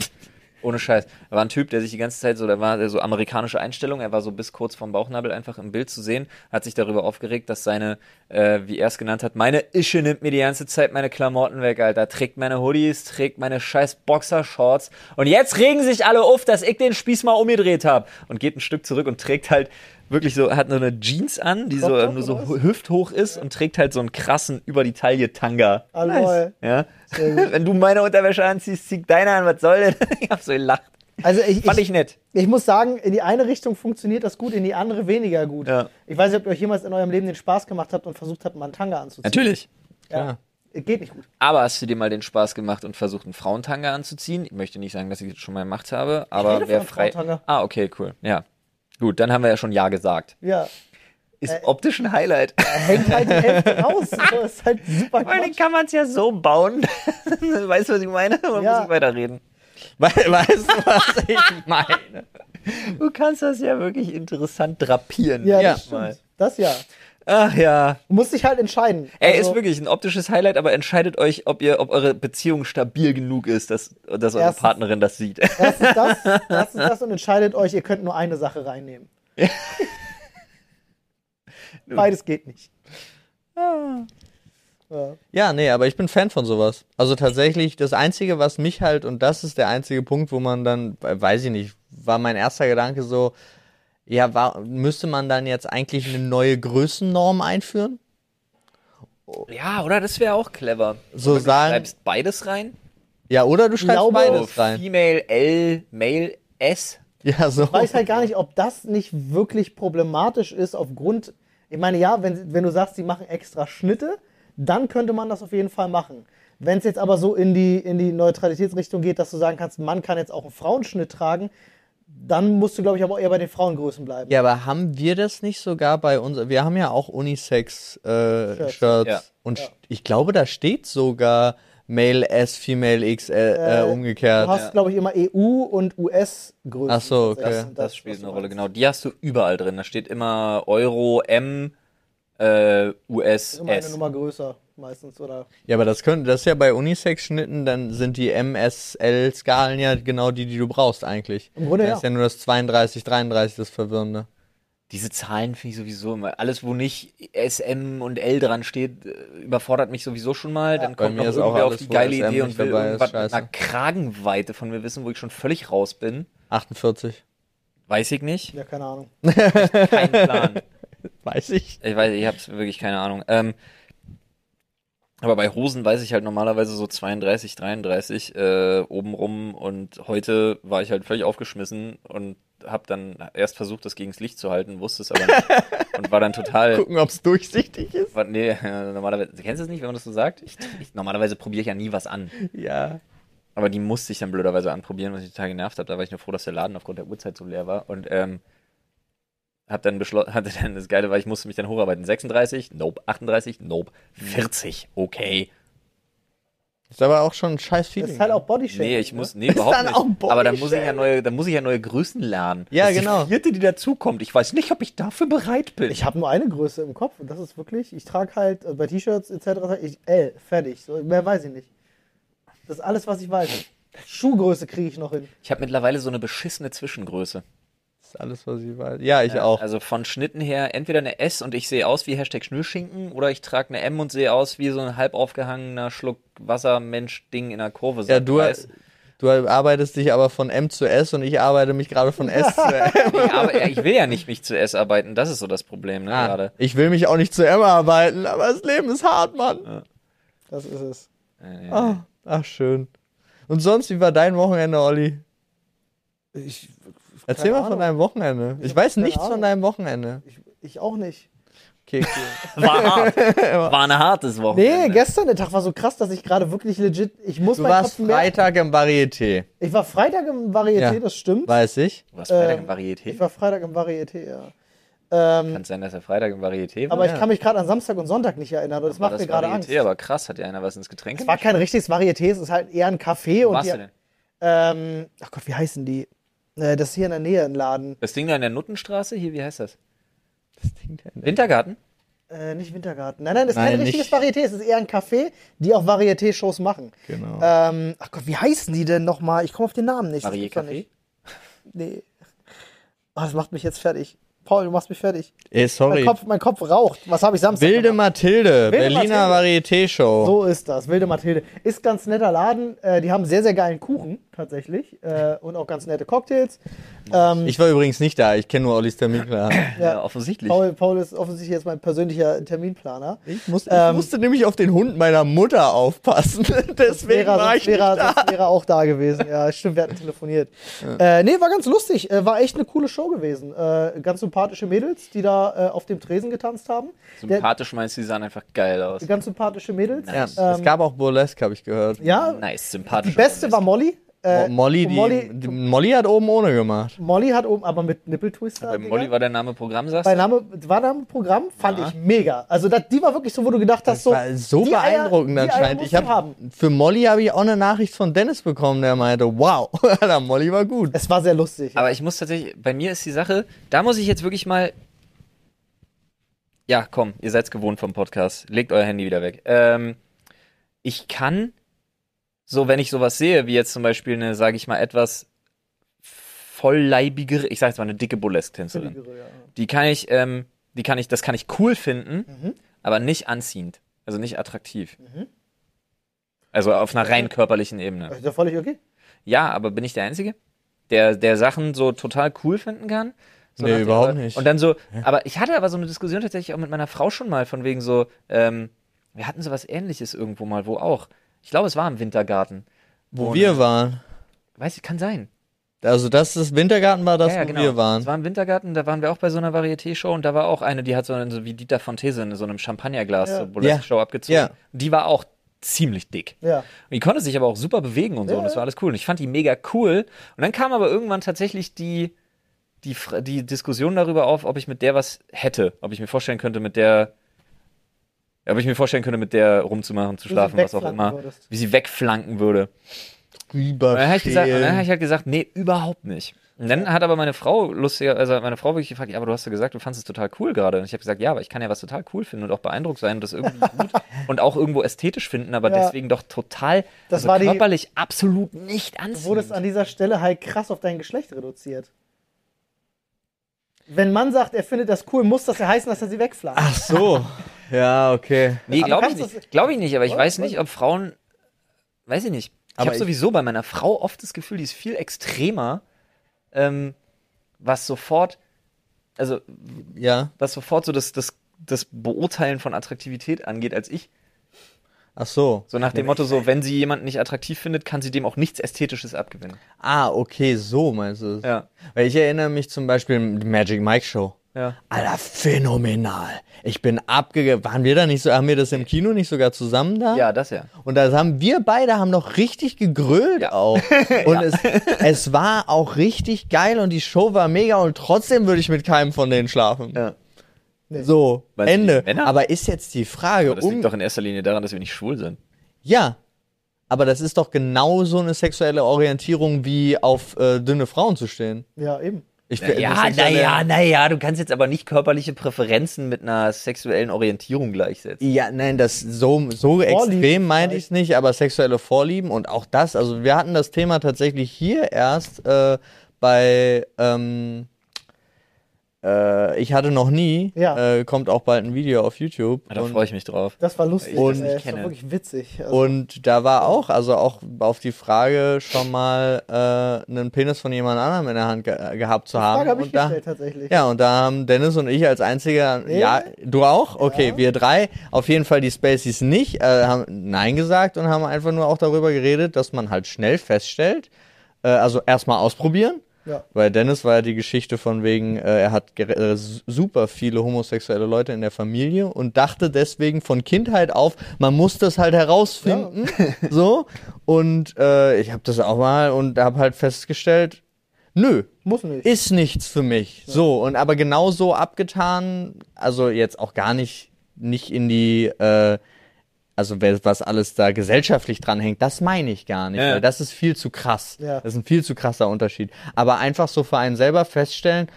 A: Ohne Scheiß. Da war ein Typ, der sich die ganze Zeit so, da war der so amerikanische Einstellung, er war so bis kurz vom Bauchnabel einfach im Bild zu sehen, hat sich darüber aufgeregt, dass seine, äh, wie er es genannt hat, meine Ische nimmt mir die ganze Zeit meine Klamotten weg, Alter. Trägt meine Hoodies, trägt meine scheiß Boxershorts. Und jetzt regen sich alle auf, dass ich den Spieß mal umgedreht habe. Und geht ein Stück zurück und trägt halt wirklich so, hat nur eine Jeans an, die so, äh,
B: Crop-Top
A: nur so
B: oder was?
A: hüfthoch ist und trägt halt so einen krassen über die Taille Tanga.
B: Ah, lol.
A: Ja. Wenn du meine Unterwäsche anziehst, zieh deine an, was soll denn? <laughs> Ich hab so gelacht.
B: Also ich,
A: Fand ich nett.
B: Ich muss sagen, in die eine Richtung funktioniert das gut, in die andere weniger gut.
A: Ja.
B: Ich weiß nicht, ob ihr euch jemals in eurem Leben den Spaß gemacht habt und versucht habt, mal einen Tanga anzuziehen.
A: Natürlich.
B: Ja. Geht nicht gut.
A: Aber hast du dir mal den Spaß gemacht und versucht, einen Frauentanga anzuziehen? Ich möchte nicht sagen, dass ich das schon mal gemacht habe, aber
B: rede
A: wer
B: von
A: frei.
B: Frauentanga.
A: Ah, okay, cool. Ja. Gut, dann haben wir ja schon Ja gesagt.
B: Ja.
A: Ist
B: Äh.
A: optisch ein Highlight. <laughs>
B: Hängt halt die Hälfte raus. So, ist halt super
A: Vor allem
B: Quatsch.
A: kann man es ja so bauen. weißt du, was ich meine? Oder
B: Ja.
A: muss ich weiterreden?
C: We <laughs> weißt du, was <laughs> ich meine?
A: Du kannst das ja wirklich interessant drapieren.
B: Ja,
C: Ja.
B: das stimmt. Das ja.
A: Ach ja.
B: Du musst dich halt entscheiden.
A: Ey,
B: Also,
A: ist wirklich ein optisches Highlight, aber entscheidet euch, ob ihr, ob eure Beziehung stabil genug ist, dass, dass eure
B: Erstens.
A: Partnerin das sieht. <laughs>
B: Das ist das, das ist das und entscheidet euch, ihr könnt nur eine Sache
A: <laughs>
B: reinnehmen. Beides geht nicht. Ja.
C: Ja, nee, aber ich bin Fan von sowas. Also tatsächlich, das Einzige, was mich halt, und das ist der einzige Punkt, wo man dann, äh, weiß ich nicht, war mein erster Gedanke so, ja, war, müsste man dann jetzt eigentlich eine neue Größennorm einführen?
A: Ja, oder? Das wäre auch clever.
C: So
A: Oder du
C: sagen-
A: schreibst beides rein.
C: Ja, oder du schreibst
B: Glaube-
C: beides rein.
A: Female L, Male S.
C: Ja, so.
B: weiß halt gar nicht, ob das nicht wirklich problematisch ist aufgrund. Ich meine, ja, wenn, wenn du sagst, sie machen extra Schnitte, dann könnte man das auf jeden Fall machen. Wenn es jetzt aber so in die, in die Neutralitätsrichtung geht, dass du sagen kannst, ein Mann kann jetzt auch einen Frauenschnitt tragen, dann musst du, glaube ich, aber auch eher bei den Frauengrößen bleiben.
C: Ja, aber haben wir das nicht sogar bei uns? Wir haben ja auch Unisex-Shirts. Äh,
B: Shirts.
C: Shirts.
A: Ja.
C: Und st- ich glaube, da steht sogar Male S, Female XL äh,
B: Äh,
C: umgekehrt.
B: Du hast, glaube ich, immer EU- und US-Größen.
C: Ach so, okay.
B: Das,
A: Das spielt
B: was
A: eine
B: du
A: Rolle,
B: meinst.
A: genau. Die hast du überall drin. Da steht immer Euro, M, äh, US,
B: Immer eine
A: S.
B: Nummer größer meistens, oder?
C: Ja, aber das können, das ist ja bei Unisex-Schnitten, dann sind die MSL-Skalen ja genau die, die du brauchst eigentlich.
B: Im Grunde
C: Da
B: ja.
C: ist ja nur das 32, 33 das Verwirrende.
A: Diese Zahlen finde ich sowieso immer. Alles, wo nicht S, M und L dran steht, äh, überfordert mich sowieso schon mal. Dann
C: Bei
A: kommt
C: mir
A: noch
C: ist auch
A: irgendwer auf
C: alles,
A: die
C: wo
A: geile
C: SM
A: Idee und
C: nicht
A: will
C: dabei ist,
A: irgendwas mit
C: scheiße.
A: einer Kragenweite von mir wissen, wo ich schon völlig raus bin.
C: 48.
A: Weiß ich nicht.
B: Ja, keine Ahnung.
A: Kein Plan.
C: Weiß ich.
A: <laughs> Ich weiß, ich habe wirklich keine Ahnung. Ähm, aber bei Hosen weiß ich halt normalerweise so 32, 33 äh, obenrum und heute war ich halt völlig aufgeschmissen und habe dann erst versucht, das gegens Licht zu halten, wusste es aber nicht und war dann total
C: Gucken, ob es durchsichtig ist.
A: Was, nee, <laughs> äh, normalerweise, kennst du es nicht, wenn man das so sagt? Ich, ich, normalerweise probiere ich ja nie was an.
C: Ja.
A: Aber die musste ich dann blöderweise anprobieren, was ich total genervt habe. Da war ich nur froh, dass der Laden aufgrund der Uhrzeit so leer war. Und ähm, hab dann beschlossen, <laughs> hatte dann das Geile, weil ich musste mich dann hocharbeiten. 36, nope. 38, nope. 40, okay.
C: Ist aber auch schon ein scheiß
B: Das
C: Feeling.
B: ist halt auch Bodyshaming.
A: Nee, ich muss, nee,
C: ne? Ist
A: überhaupt
C: dann auch
A: nicht.
C: Body
A: Aber dann muss ich ja
C: Shaming.
A: neue, dann muss ich ja neue Größen lernen.
C: Ja,
A: das ist
C: genau.
A: Die vierte, die dazukommt. Ich weiß nicht, ob ich dafür bereit bin.
B: Ich habe nur eine Größe im Kopf und das ist wirklich, ich trage halt äh, bei T-Shirts etc. sag Ich L, fertig. So, mehr weiß ich nicht. Das ist alles, was ich weiß. Schuhgröße kriege ich noch hin.
A: Ich habe mittlerweile so eine beschissene Zwischengröße.
C: Das ist alles, was ich weiß. Ja, ich
A: Ja,
C: auch.
A: Also von Schnitten her entweder eine S und ich sehe aus wie Hashtag Schnürschinken oder ich trage eine M und sehe aus wie so ein halb aufgehangener Schluck Wassermensch-Ding in einer Kurve.
C: ja, du,
A: Weiß.
C: du arbeitest dich aber von M zu S und ich arbeite mich gerade von S zu M.
A: Ich, aber, ja, ich will ja nicht mich zu S arbeiten, das ist so das Problem,
B: Ah.
A: ne,
B: <laughs>
A: gerade.
C: Ich will mich auch nicht zu M arbeiten, aber das Leben ist hart, Mann.
B: Das ist es.
A: Äh,
C: Ah, ach, schön. Und sonst, wie war dein Wochenende, Olli?
B: Ich,
C: Erzähl mal von
B: Ahnung.
C: deinem Wochenende. Ich
B: hab
C: weiß
B: keine
C: nichts von
B: Ahnung.
C: deinem Wochenende.
B: ich, ich auch nicht.
C: Okay, cool.
A: War hart. <laughs> War ein hartes
B: Nee,
A: Wochenende.
B: gestern der Tag war so krass, dass ich gerade wirklich legit. Ich muss
C: Du
B: meinen
C: warst
B: Kopf mehr.
C: Freitag im Varieté,
B: Ich war Freitag im Varieté,
C: Ja.
B: das stimmt.
C: weiß ich.
A: Du warst Freitag im
B: Ähm, Ich
A: Varieté.
B: war Freitag im Varieté, ja. Ähm,
A: Kann sein, dass er Freitag im Varieté war.
B: aber ich
C: ja.
B: kann mich gerade an Samstag und Sonntag nicht erinnern. Und das
A: War
B: macht
A: das
B: mir gerade
A: Varieté,
B: Angst.
A: Aber krass, hat ja einer was ins Getränk
B: Es war kein richtiges Varieté, es ist halt eher ein Café.
A: Wo
B: und
A: warst
B: die,
A: du denn?
B: Ähm, ach Gott, wie heißen die? Äh, das ist hier in der Nähe ein Laden.
A: Das Ding da in der Nuttenstraße? Hier, wie heißt das? Wintergarten?
B: Äh, nicht Wintergarten. Nein, nein, das ist
C: Nein,
B: kein richtiges
C: nicht.
B: Varieté, es ist eher ein Café, die auch Varieté-Shows machen.
C: Genau.
B: Ähm, ach Gott, wie heißen die denn nochmal? Ich komme auf den Namen nicht. das
A: Varier
B: gibt's doch
A: Café?
B: nicht. Nee. Oh, das macht mich jetzt fertig. Paul, du machst mich fertig.
C: Ey,
B: Mein
C: sorry.
B: Kopf, mein Kopf raucht. Was habe ich Samstag
C: Wilde
B: gemacht?
C: Mathilde, Berliner Varieté-Show.
B: So ist das. Wilde Mathilde. Ist ganz netter Laden. Äh, die haben sehr, sehr geilen Kuchen tatsächlich. Äh, und auch ganz nette Cocktails. Ähm,
C: Ich war übrigens nicht da, ich kenne nur Ollis Terminplan.
A: Ja, offensichtlich.
B: Paul, Paul ist offensichtlich jetzt mein persönlicher Terminplaner.
C: Ich, muss, ich
B: Ähm.
C: musste nämlich auf den Hund meiner
B: <laughs>
C: Mutter aufpassen. Deswegen
B: wäre,
C: war ich
B: sonst wäre,
C: nicht da.
B: sonst wäre er auch da gewesen. Ja, stimmt, wir hatten telefoniert. Äh, nee, war ganz lustig. Äh, war echt eine coole Show gewesen. Äh, ganz sympathische Mädels, die da äh, auf dem Tresen getanzt haben. Der,
A: Sympathisch meinst du, die sahen einfach geil aus.
B: ganz sympathische Mädels.
C: Ja, es
B: Ähm,
C: gab auch Burlesque, habe ich gehört.
B: ja,
A: Nice,
B: die
A: sympathisch.
B: beste war Molly. Äh,
C: Mo- Molly, die,
B: Molly,
C: Molly, die, Molly hat oben ohne gemacht.
B: Molly hat oben aber mit Nippeltwister.
A: Bei Molly war der Name Programm, sagst
B: bei
A: du?
B: Name, war da ein Programm, fand ich mega. Also das, die war wirklich so, wo du gedacht hast,
C: Das
B: so.
C: war so
B: die Eier-
C: beeindruckend
B: die Eier
C: anscheinend.
B: musst
C: Ich
B: du
C: hab,
B: haben.
C: Für Molly habe ich auch eine Nachricht von Dennis bekommen, der meinte, wow, <laughs> Alter, Molly war gut.
B: Es war sehr lustig.
A: Aber ich muss tatsächlich, bei mir ist die Sache, da muss ich jetzt wirklich mal. Ja, komm, ihr seid's gewohnt vom Podcast. Legt euer Handy wieder weg. Ähm, ich kann, so wenn ich sowas sehe, wie jetzt zum Beispiel eine, sage ich mal, etwas vollleibigere, ich sag jetzt mal eine dicke Burlesque-Tänzerin,
B: Entschuldige, ja.
A: die kann ich, ähm, die kann ich, das kann ich cool finden, aber nicht anziehend, also nicht attraktiv. Also auf einer rein körperlichen Ebene.
B: Ist ja völlig okay.
A: Ja, aber bin ich der Einzige, der, der Sachen so total cool finden kann? So
C: Nee,
A: nach dem-
C: überhaupt nicht.
A: Und dann so, aber ich hatte aber so eine Diskussion tatsächlich auch mit meiner Frau schon mal, von wegen so, ähm, wir hatten sowas ähnliches irgendwo mal, wo auch. Ich glaube, es war im Wintergarten.
C: Wo wir waren.
A: Weiß ich, kann sein.
C: Also das ist Wintergarten war das,
A: ja, ja,
C: wo
A: genau.
C: wir waren.
A: Es war im Wintergarten, da waren wir auch bei so einer Varieté-Show und da war auch eine, die hat so, eine- so wie Dieter von These in so einem Champagnerglas
B: Ja.
A: so Burlesque-Show
C: Ja.
A: abgezogen.
C: Ja.
A: Die war auch ziemlich dick.
B: Ja.
A: Und die konnte sich aber auch super bewegen und so. Und das war alles cool. Und ich fand die mega cool. Und dann kam aber irgendwann tatsächlich die, die, Fra- die Diskussion darüber auf, ob ich mit der was hätte. Ob ich mir vorstellen könnte, mit der. Ob ich mir vorstellen könnte, mit der rumzumachen, zu
B: sie
A: schlafen, was auch
B: wegflanken
A: immer.
B: würdest.
A: Wie sie wegflanken würde.
C: Überschälen.
A: Und dann habe ich, gesagt- und dann hab ich halt gesagt, nee, überhaupt nicht. Und dann hat aber meine Frau lustiger, also meine Frau wirklich gefragt, ja, aber du hast ja gesagt, du fandest es total cool gerade. Und ich habe gesagt, ja, aber ich kann ja was total cool finden und auch beeindruckt sein und das
B: <laughs>
A: irgendwie gut und auch irgendwo ästhetisch finden, aber
B: Ja.
A: deswegen doch total
B: Das
A: also
B: war die-
A: körperlich absolut nicht
B: Du
A: anziehend.
B: wurdest an dieser Stelle halt krass auf dein Geschlecht reduziert. Wenn Mann sagt, er findet das cool, muss das ja heißen, dass er sie wegflankt. <laughs>
C: Ach so. Ja, okay.
A: Nee, glaube ich
B: kannst du's-
A: nicht. Glaube ich nicht, aber ich
B: Was?
A: weiß nicht, ob Frauen, weiß ich nicht. Ich
C: Aber
A: habe
C: ich-
A: sowieso bei meiner Frau oft das Gefühl, die ist viel extremer, ähm, was sofort, also
C: Ja.
A: was sofort so das, das, das Beurteilen von Attraktivität angeht, als ich.
C: Ach so.
A: So nach dem Motto, so wenn sie jemanden nicht attraktiv findet, kann sie dem auch nichts Ästhetisches abgewinnen.
C: Ah, okay, so meinst du es.
A: Ja.
C: Weil ich erinnere mich zum Beispiel an die Magic Mike Show.
A: Ja.
C: Alter, phänomenal. Ich bin abgege... Waren wir da nicht so... Haben wir das im Kino nicht sogar zusammen da?
A: Ja, das ja.
C: Und das haben wir beide haben noch richtig
A: <laughs>
C: gegrölt
A: Ja.
C: auch. Und es, es war auch richtig geil und die Show war mega und trotzdem würde ich mit keinem von denen schlafen.
A: Ja.
C: So,
A: Meinst du
C: Ende.
A: die Männer?
C: Aber ist jetzt die Frage,
A: Das
C: um,
A: liegt doch in erster Linie daran, dass wir nicht schwul sind.
C: ja, aber das ist doch genau so eine sexuelle Orientierung wie auf äh, dünne Frauen zu stehen.
B: Ja, eben.
C: Ich,
A: Ja,
C: das ist eine-
A: naja, naja, du kannst jetzt aber nicht körperliche Präferenzen mit einer sexuellen Orientierung gleichsetzen.
C: Ja, nein, das so, so extrem meinte ich es nicht, aber sexuelle Vorlieben und auch das, also wir hatten das Thema tatsächlich hier erst äh, bei ähm, äh, Ich hatte noch nie,
B: Ja.
C: äh, kommt auch bald ein Video auf YouTube.
A: Da
C: und-
A: freue ich mich drauf.
B: Das war lustig.
A: Ich das
B: ey,
A: nicht
B: das war
A: kenne.
B: wirklich witzig. Also,
C: Und da war auch, also auch auf die Frage schon mal äh, einen Penis von jemand anderem in der Hand ge gehabt zu haben.
B: Frage habe ich
C: und da,
B: gestellt tatsächlich.
C: Ja, und da haben Dennis und ich als einziger, ja, du auch? Okay, wir drei, auf jeden Fall die Spaceys nicht, äh, haben Nein gesagt und haben einfach nur auch darüber geredet, dass man halt schnell feststellt, äh, also erstmal ausprobieren.
B: Ja.
C: Weil Dennis war ja die Geschichte von wegen, äh, er hat ger- äh, su- super viele homosexuelle Leute in der Familie und dachte deswegen von Kindheit auf, man muss das halt herausfinden. So. Und äh, ich habe das auch mal und habe halt festgestellt, nö,
B: Muss nicht.
C: ist nichts für mich. So, und aber genau so abgetan, also jetzt auch gar nicht, nicht in die, äh, also wer- was alles da gesellschaftlich dranhängt, das meine ich gar nicht,
A: Ja.
C: weil das ist viel zu krass.
B: Ja.
C: Das ist ein viel zu krasser Unterschied. Aber einfach so für einen selber feststellen,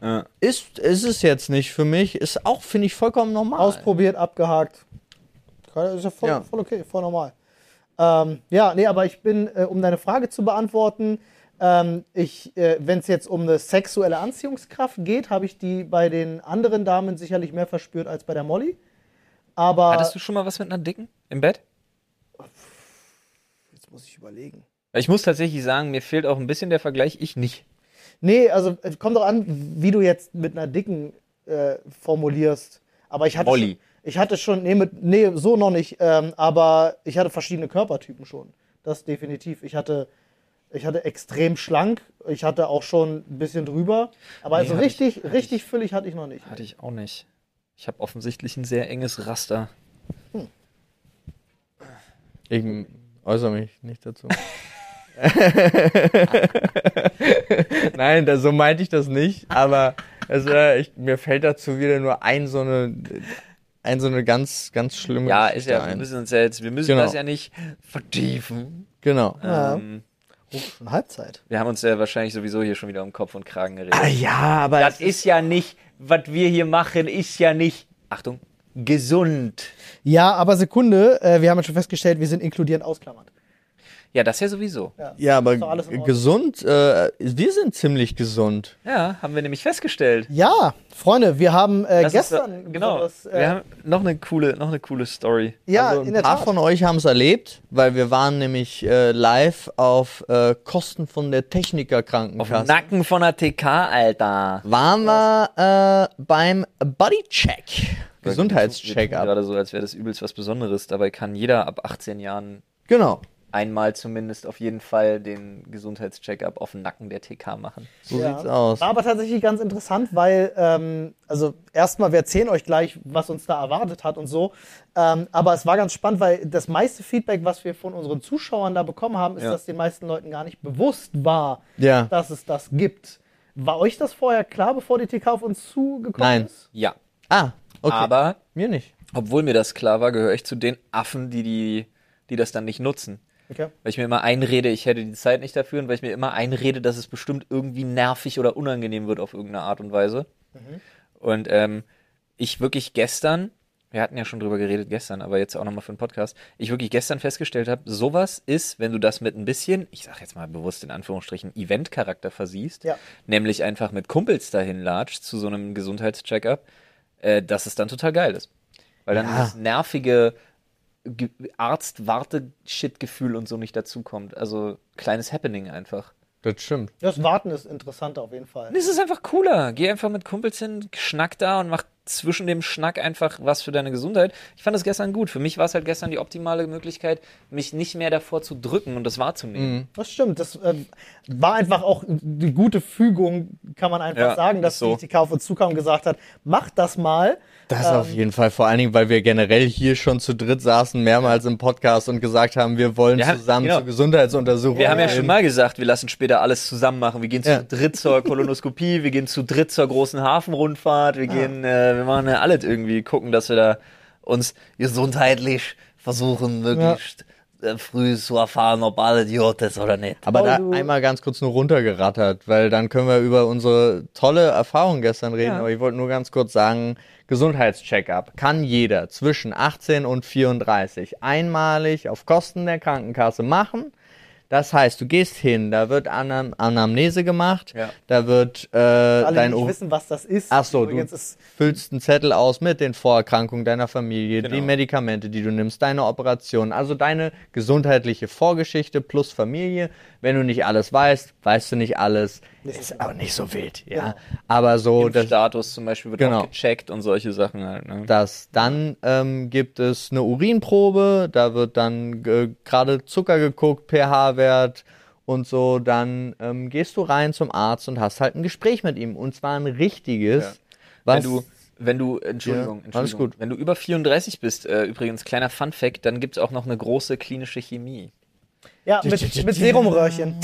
A: Ja.
C: ist, ist es jetzt nicht für mich, ist auch, finde ich, vollkommen normal.
B: Ausprobiert, abgehakt. Ist ja voll,
C: Ja.
B: voll okay, voll normal. Ähm, ja, nee, aber ich bin, äh, um deine Frage zu beantworten, ähm, ich, äh, wenn es jetzt um eine sexuelle Anziehungskraft geht, habe ich die bei den anderen Damen sicherlich mehr verspürt als bei der Molly. Aber
A: Hattest du schon mal was mit einer Dicken im Bett?
B: jetzt muss ich überlegen.
A: Ich muss tatsächlich sagen, mir fehlt auch ein bisschen der Vergleich, ich nicht.
B: Nee, also äh, kommt doch an, wie du jetzt mit einer dicken äh, formulierst. Aber ich hatte
A: Molly.
B: Schon, ich hatte schon, nee, mit, nee, so noch nicht, ähm, aber ich hatte verschiedene Körpertypen schon. Das definitiv. Ich hatte, ich hatte extrem schlank, ich hatte auch schon ein bisschen drüber. Aber
A: Nee,
B: also
A: hatte ich-
B: richtig, richtig füllig hatte ich noch nicht.
A: Hatte ich auch nicht. Ich habe offensichtlich ein sehr enges Raster.
C: Ich äußere mich nicht dazu. Nein, da, so meinte ich das nicht, aber es, äh, ich, mir fällt dazu wieder nur ein so eine, ein so eine ganz, ganz schlimme
A: Ja, ist
C: Geschichte
A: ja, wir
C: ein.
A: müssen uns ja jetzt, wir müssen
C: Genau.
A: das ja nicht vertiefen.
C: Genau.
B: Ja.
A: Ähm,
B: Oh, schon Halbzeit.
A: wir haben uns ja wahrscheinlich sowieso hier schon wieder um Kopf und Kragen geredet.
C: Ja, Ah, aber
A: Das ist ja nicht, was wir hier machen, ist ja nicht, Achtung, gesund.
B: Ja, aber Sekunde, äh, wir haben ja schon festgestellt, wir sind inkludierend ausklammert.
A: Ja, das ja sowieso.
C: ja, aber
B: Ist doch alles in Ordnung.
C: gesund, äh, wir sind ziemlich gesund.
A: Ja, haben wir nämlich festgestellt.
B: Ja, Freunde, wir haben äh,
A: Das ist
B: gestern.
A: so- genau.
B: besonders, äh,
A: wir haben noch eine coole, noch eine coole Story.
B: ja,
C: also ein
B: in der
C: paar
B: Tat.
C: von euch haben es erlebt, weil wir waren nämlich äh, live auf äh, Kosten von der Techniker
A: Auf
C: Krankenkasse.
A: dem Nacken von der TK, Alter.
C: waren wir äh, beim Bodycheck.
A: Wir tun
C: Gesundheitscheck-up.
A: Gerade so, als wäre das übelst was Besonderes. Dabei kann jeder ab 18 Jahren
C: Genau.
A: einmal zumindest auf jeden Fall den Gesundheitscheck-up auf dem Nacken der TK machen.
C: So
B: Ja.
C: sieht's aus.
B: War aber tatsächlich ganz interessant, weil, ähm, also erstmal, wir erzählen euch gleich, was uns da erwartet hat und so. Ähm, aber es war ganz spannend, weil das meiste Feedback, was wir von unseren Zuschauern da bekommen haben, ist,
A: Ja.
B: dass den meisten Leuten gar nicht bewusst war,
C: Ja.
B: dass es das gibt. War euch das vorher klar, bevor die TK auf uns zugekommen
C: Nein.
B: ist?
A: Ja.
C: Ah, okay.
A: Aber,
C: mir nicht.
A: obwohl mir das klar war, gehöre ich zu den Affen, die, die, die das dann nicht nutzen.
B: Okay.
A: Weil ich mir immer einrede, ich hätte die Zeit nicht dafür und weil ich mir immer einrede, dass es bestimmt irgendwie nervig oder unangenehm wird auf irgendeine Art und Weise. Und ähm, ich wirklich gestern, wir hatten ja schon drüber geredet gestern, aber jetzt auch nochmal für den Podcast, ich wirklich gestern festgestellt habe, sowas ist, wenn du das mit ein bisschen, ich sag jetzt mal bewusst in Anführungsstrichen, Event-Charakter versiehst,
B: Ja.
A: nämlich einfach mit Kumpels dahin latscht zu so einem Gesundheitscheck-up, äh, dass es dann total geil ist. Weil dann
C: Ja.
A: dieses nervige Ge- Arzt-Warte-Shit-Gefühl und so nicht dazukommt. Also kleines Happening einfach.
C: Das stimmt.
B: Das Warten ist interessanter auf jeden Fall.
A: Es ist einfach cooler. Geh einfach mit Kumpels hin, schnack da und mach zwischen dem Schnack einfach was für deine Gesundheit. Ich fand das gestern gut. Für mich war es halt gestern die optimale Möglichkeit, mich nicht mehr davor zu drücken und das wahrzunehmen.
B: Das stimmt. Das ähm, war einfach auch die gute Fügung, kann man einfach
A: Ja,
B: sagen, dass
A: ist so.
B: die TK auf uns zukam und gesagt hat, macht das mal.
C: Das auf jeden Fall, vor allen Dingen, weil wir generell hier schon zu dritt saßen, mehrmals im Podcast und gesagt haben, wir wollen
A: Wir haben-
C: zusammen
A: genau.
C: zur Gesundheitsuntersuchung.
A: Wir haben ja
C: gehen.
A: schon mal gesagt, wir lassen später alles zusammen machen. Wir gehen zu
C: Ähm. Ja.
A: dritt zur
C: <laughs>
A: Kolonoskopie, wir gehen zu dritt zur großen Hafenrundfahrt, wir gehen, äh, wir machen ja alles irgendwie, gucken, dass wir da uns gesundheitlich versuchen, möglichst äh, früh zu erfahren, ob alle Idiot ist oder nicht.
C: Aber
B: Oh,
C: da
B: du-
C: einmal ganz kurz nur runtergerattert, weil dann können wir über unsere tolle Erfahrung gestern reden.
A: Ja.
C: Aber ich wollte nur ganz kurz sagen, Gesundheitscheckup kann jeder zwischen 18 und 34 einmalig auf Kosten der Krankenkasse machen. Das heißt, du gehst hin, da wird Anam Anamnese gemacht,
A: Ja.
C: da wird äh,
B: Alle,
C: dein
B: die
C: O-
B: nicht wissen, was das ist.
C: Ach so, du
B: Übrigens ist
C: füllst einen Zettel aus mit den Vorerkrankungen deiner Familie, die
A: Genau.
C: Medikamente, die du nimmst, deine Operationen, also deine gesundheitliche Vorgeschichte plus Familie. Wenn du nicht alles weißt, weißt du nicht alles. Ist aber nicht so wild, ja.
B: Genau.
C: Aber so, dass,
A: Status zum Beispiel wird
C: Genau.
A: auch gecheckt und solche Sachen halt. Ne?
C: dass dann ähm, gibt es eine Urinprobe, da wird dann ge- gerade Zucker geguckt, pH-Wert und so. Dann ähm, gehst du rein zum Arzt und hast halt ein Gespräch mit ihm und zwar ein richtiges.
A: Ja.
C: Was,
A: Wenn du, wenn du, Entschuldigung,
C: Ja,
A: Entschuldigung.
C: alles gut.
A: Wenn du über 34 bist, äh, übrigens, kleiner Fun-Fact, dann gibt es auch noch eine große klinische Chemie.
B: ja, mit,
C: <laughs>
B: mit Serumröhrchen.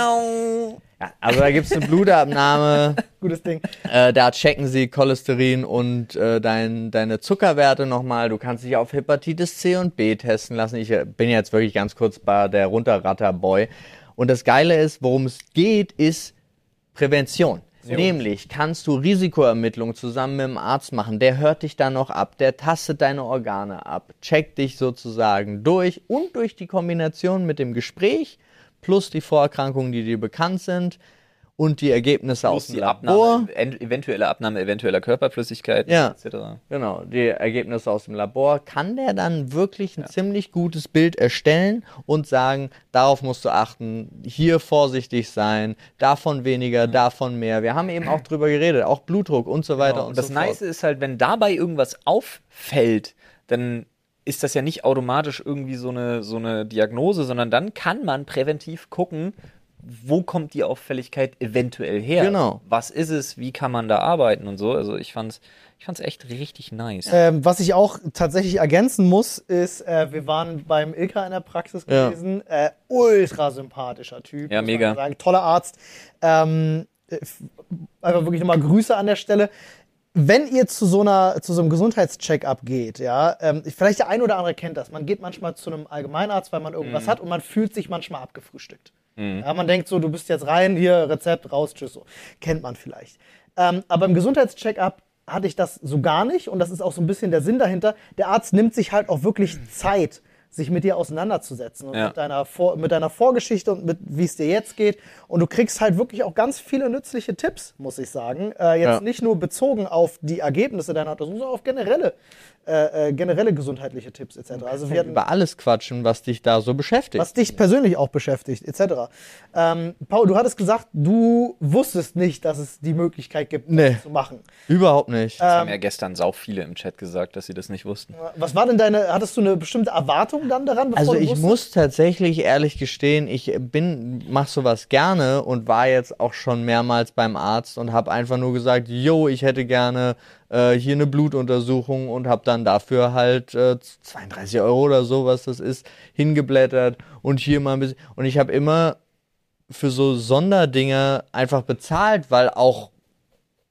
C: Ja, also da gibt's eine Blutabnahme,
B: Gutes Ding.
C: äh, da checken sie Cholesterin und äh, dein, deine Zuckerwerte nochmal. Du kannst dich auf Hepatitis C und B testen lassen. Ich äh, bin jetzt wirklich ganz kurz bei der Runterratter-Boy. Und das Geile ist, worum es geht, ist Prävention. Nämlich kannst du Risikoermittlung zusammen mit dem Arzt machen. Der hört dich dann noch ab, der tastet deine Organe ab, checkt dich sozusagen durch und durch die Kombination mit dem Gespräch plus die Vorerkrankungen, die dir bekannt sind und die Ergebnisse
A: Plus
C: aus dem
A: die
C: Labor.
A: Abnahme, en- eventuelle Abnahme eventueller Körperflüssigkeiten
C: Ja.
A: etc.
C: Genau, die Ergebnisse aus dem Labor, kann der dann wirklich ein ziemlich gutes Bild erstellen und sagen, darauf musst du achten, hier vorsichtig sein, davon weniger, davon mehr. Wir haben eben auch drüber geredet, auch Blutdruck und so weiter
A: Genau.
C: und
A: das
C: so
A: Nice
C: fort.
A: ist halt, wenn dabei irgendwas auffällt, dann ist das ja nicht automatisch irgendwie so eine, so eine Diagnose, sondern dann kann man präventiv gucken, wo kommt die Auffälligkeit eventuell her?
C: Genau.
A: Was ist es? Wie kann man da arbeiten und so? Also ich fand's, ich fand's echt richtig nice.
B: Ähm, was ich auch tatsächlich ergänzen muss, ist, äh, wir waren beim Ilka in der Praxis
C: Ja.
B: gewesen. Äh, ultra sympathischer Typ.
A: Ja,
B: muss man
A: mega.
B: Sagen. Toller Arzt. Ähm, äh, f- einfach wirklich nochmal Grüße an der Stelle. Wenn ihr zu so einer, zu so einem Gesundheitscheck-up geht, ja, ähm, vielleicht der ein oder andere kennt das. Man geht manchmal zu einem Allgemeinarzt, weil man irgendwas
A: Mhm.
B: hat und man fühlt sich manchmal abgefrühstückt. Ja, man denkt so, du bist jetzt rein, hier Rezept raus, tschüss. So. Kennt man vielleicht. Ähm, aber im Gesundheitscheck-up hatte ich das so gar nicht und das ist auch so ein bisschen der Sinn dahinter. Der Arzt nimmt sich halt auch wirklich Zeit, sich mit dir auseinanderzusetzen und
A: Ja.
B: mit, deiner Vor mit deiner Vorgeschichte und mit wie es dir jetzt geht. Und du kriegst halt wirklich auch ganz viele nützliche Tipps, muss ich sagen. Äh, jetzt
C: Ja.
B: nicht nur bezogen auf die Ergebnisse deiner Untersuchung, sondern auf generelle, äh, äh, generelle gesundheitliche Tipps etc. Also wir hatten
C: Über alles quatschen, was dich da so beschäftigt.
B: was dich persönlich auch beschäftigt, etc. Ähm, Paul, du hattest gesagt, du wusstest nicht, dass es die Möglichkeit gibt, das
C: Nee.
B: zu machen.
C: Überhaupt nicht.
A: das haben ja gestern sau viele im Chat gesagt, dass sie das nicht wussten.
B: Was war denn deine, hattest du eine bestimmte Erwartung dann daran? bevor
C: Also
B: du
C: ich
B: wusstest?
C: muss tatsächlich ehrlich gestehen, ich bin mach sowas gerne und war jetzt auch schon mehrmals beim Arzt und habe einfach nur gesagt, yo, ich hätte gerne äh, hier eine Blutuntersuchung und habe dann dafür halt äh, 32 Euro oder so, was das ist, hingeblättert und hier mal ein bisschen und ich habe immer für so Sonderdinge einfach bezahlt, weil auch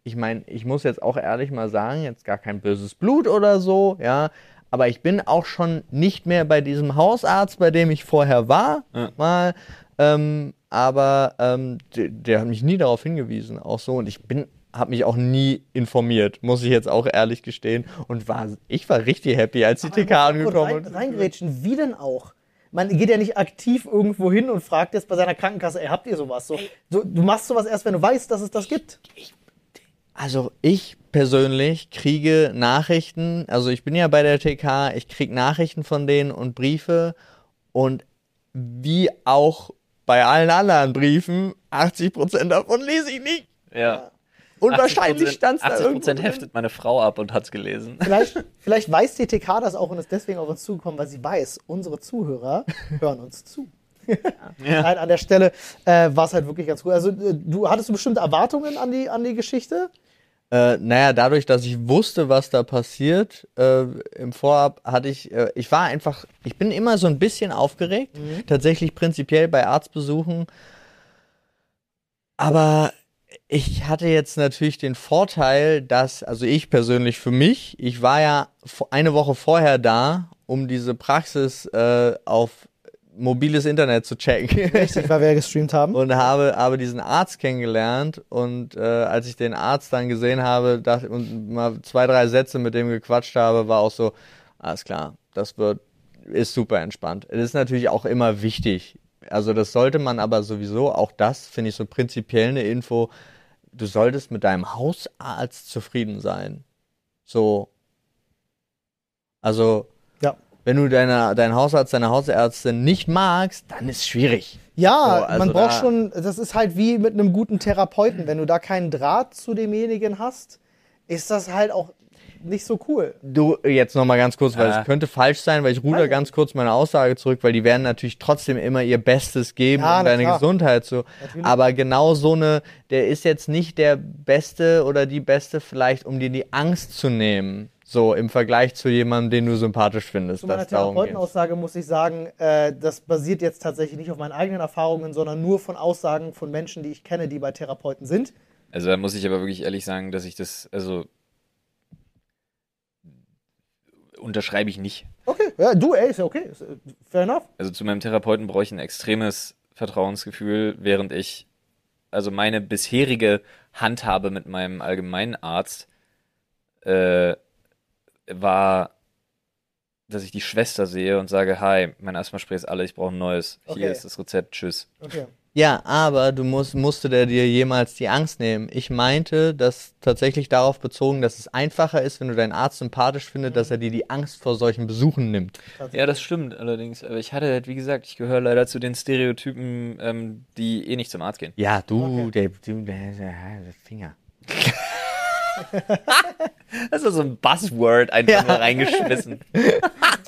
C: ich meine, ich muss jetzt auch ehrlich mal sagen, jetzt gar kein böses Blut oder so, ja. Aber ich bin auch schon nicht mehr bei diesem Hausarzt, bei dem ich vorher war, mal. Ähm, aber ähm, der, der hat mich nie darauf hingewiesen, auch so. Und ich bin, habe mich auch nie informiert, muss ich jetzt auch ehrlich gestehen. Und war, ich war richtig happy, als die TK angekommen
B: rein,
C: ist.
B: reingrätschen, wie denn auch? Man geht ja nicht aktiv irgendwo hin und fragt jetzt bei seiner Krankenkasse, ey, habt ihr sowas? So, du, du machst sowas erst, wenn du weißt, dass es das gibt.
C: Also ich persönlich kriege Nachrichten, also ich bin ja bei der TK, ich kriege Nachrichten von denen und Briefe und wie auch bei allen anderen Briefen, 80% davon lese ich nicht.
A: Ja.
C: Und wahrscheinlich stand es da
A: 80
C: irgendwo
A: Prozent heftet meine Frau ab und hat's gelesen.
B: Vielleicht, vielleicht weiß die TK das auch und ist deswegen auf uns zugekommen, weil sie weiß, unsere Zuhörer hören uns zu. Nein, an der Stelle äh, war es halt wirklich ganz cool. Also äh, du hattest du bestimmte Erwartungen an die, an die Geschichte?
C: Äh, naja, dadurch, dass ich wusste, was da passiert, äh, im Vorab hatte ich, äh, ich war einfach, ich bin immer so ein bisschen aufgeregt, tatsächlich prinzipiell bei Arztbesuchen, aber ich hatte jetzt natürlich den Vorteil, dass, also ich persönlich für mich, ich war ja vo- eine Woche vorher da, um diese Praxis äh, auf mobiles Internet zu checken.
B: Richtig, weil wir ja gestreamt haben.
C: und habe, habe diesen Arzt kennengelernt und äh, als ich den Arzt dann gesehen habe dachte, und mal zwei, drei Sätze mit dem gequatscht habe, war auch so, alles klar, das wird, ist super entspannt. Es ist natürlich auch immer wichtig. Also das sollte man aber sowieso, auch das finde ich so prinzipiell eine Info, du solltest mit deinem Hausarzt zufrieden sein. So. Also,
B: Ja.
C: wenn du deine, deinen Hausarzt, deine Hausärztin nicht magst, dann ist schwierig.
B: Ja,
C: So, also
B: man braucht
C: da-
B: schon, das ist halt wie mit einem guten Therapeuten. Wenn du da keinen Draht zu demjenigen hast, ist das halt auch nicht so cool.
C: Du, jetzt nochmal ganz kurz, weil
A: Ah.
C: es könnte falsch sein, weil ich ruder
B: Nein.
C: ganz kurz meine Aussage zurück, weil die werden natürlich trotzdem immer ihr Bestes geben,
B: Ja,
C: um
B: na
C: deine
B: klar.
C: Gesundheit zu.
B: Natürlich.
C: Aber genau so eine, der ist jetzt nicht der Beste oder die Beste vielleicht, um dir die Angst zu nehmen. So im Vergleich zu jemandem, den du sympathisch findest.
B: Zu meiner
C: dass darum geht's.
B: Therapeutenaussage muss ich sagen, äh, das basiert jetzt tatsächlich nicht auf meinen eigenen Erfahrungen, sondern nur von Aussagen von Menschen, die ich kenne, die bei Therapeuten sind.
A: Also da muss ich aber wirklich ehrlich sagen, dass ich das, also unterschreibe ich nicht.
B: Okay, ja, du, ey, ist ja okay. Ist, äh, fair enough.
A: Also zu meinem Therapeuten brauche ich ein extremes Vertrauensgefühl, während ich, also meine bisherige Handhabe mit meinem allgemeinen Arzt äh, war, dass ich die Schwester sehe und sage, hi, mein Asthma-Spray ist alle, ich brauche ein neues.
B: Okay.
A: Hier ist das Rezept, tschüss.
B: Okay.
C: Ja, aber du musst, musste der dir jemals die Angst nehmen. Ich meinte, dass tatsächlich darauf bezogen, dass es einfacher ist, wenn du deinen Arzt sympathisch
B: Mhm.
C: findest, dass er dir die Angst vor solchen Besuchen nimmt.
A: Ja, das stimmt allerdings. Aber ich hatte halt, wie gesagt, ich gehöre leider zu den Stereotypen, ähm, die eh nicht zum Arzt gehen.
C: Ja, du,
B: Okay.
C: der, du, der, der, der Finger. <laughs>
A: Das ist so ein Buzzword einfach
C: Ja.
A: nur reingeschmissen.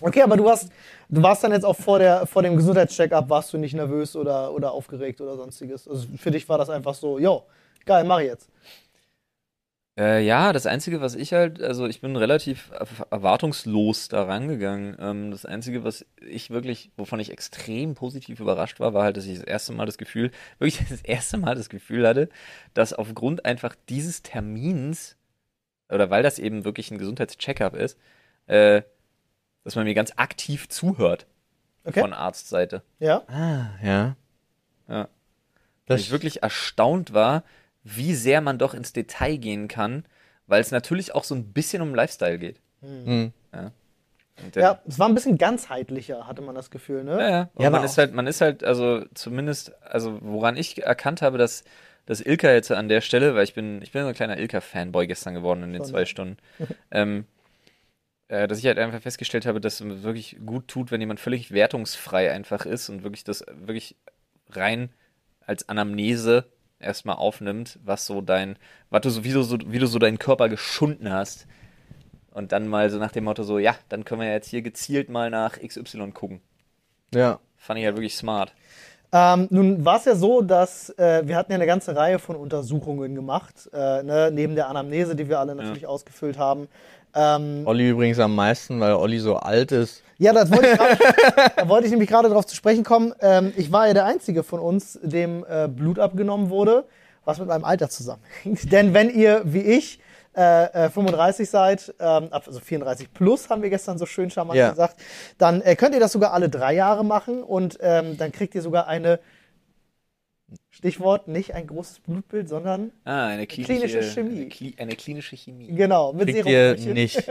B: Okay, aber du hast, du warst dann jetzt auch vor, der, vor dem Gesundheitscheckup, warst du nicht nervös oder, oder aufgeregt oder sonstiges. Also für dich war das einfach so, yo, geil, mach ich jetzt.
A: <laughs> Äh, ja, das Einzige, was ich halt, also ich bin relativ er- erwartungslos da rangegangen. Ähm, das Einzige, was ich wirklich, wovon ich extrem positiv überrascht war, war halt, dass ich das erste Mal das Gefühl, <laughs> wirklich das erste Mal das Gefühl hatte, dass aufgrund einfach dieses Termins, oder weil das eben wirklich ein Gesundheitscheckup ist, äh, dass man mir ganz aktiv zuhört
B: Okay.
A: von Arztseite.
B: Ja.
C: Ah, ja.
A: Ja. dass
C: Das
A: ich wirklich erstaunt war, wie sehr man doch ins Detail gehen kann, weil es natürlich auch so ein bisschen um Lifestyle geht.
C: Mhm.
A: Ja. Und der-
B: Ja, es war ein bisschen ganzheitlicher, hatte man das Gefühl, ne?
A: ja, ja. Und
C: Ja, aber
A: man ist
C: auch-
A: halt, man ist halt, also zumindest, also woran ich erkannt habe, dass, dass Ilka jetzt an der Stelle, weil ich bin, ich bin so ein kleiner Ilka-Fanboy gestern geworden in den
B: Schon.
A: zwei
C: <laughs>
A: Stunden, ähm, äh, dass ich halt einfach festgestellt habe, dass es wirklich gut tut, wenn jemand völlig wertungsfrei einfach ist und wirklich das wirklich rein als Anamnese erstmal aufnimmt, was so dein, was du so, wie du so, wie du so deinen Körper geschunden hast. Und dann mal so nach dem Motto so, ja, dann können wir jetzt hier gezielt mal nach XY gucken.
C: Ja.
A: Fand ich halt wirklich smart.
B: Ähm, nun war es ja so, dass äh, wir hatten ja eine ganze Reihe von Untersuchungen gemacht, äh, ne? neben der Anamnese, die wir alle natürlich ausgefüllt haben. Ähm,
C: Olli übrigens am meisten, weil Olli so alt ist.
B: Ja, das wollte
C: <laughs>
B: ich grad, da wollte ich nämlich gerade drauf zu sprechen kommen. Ähm, ich war ja der Einzige von uns, dem äh, Blut abgenommen wurde, was mit meinem Alter zusammenhängt. <laughs> Denn wenn ihr, wie ich, äh, äh, 35 seid, ähm, ab- also 34 plus, haben wir gestern so schön charmant
C: Ja.
B: gesagt, dann äh, könnt ihr das sogar alle drei Jahre machen und ähm, dann kriegt ihr sogar eine, Stichwort, nicht ein großes Blutbild, sondern,
A: Ah, eine klinische,
B: klinische Chemie.
A: Eine, Kli eine klinische Chemie.
B: genau, mit
C: Kriegt ihr
B: Serumbrüchen.
C: nicht.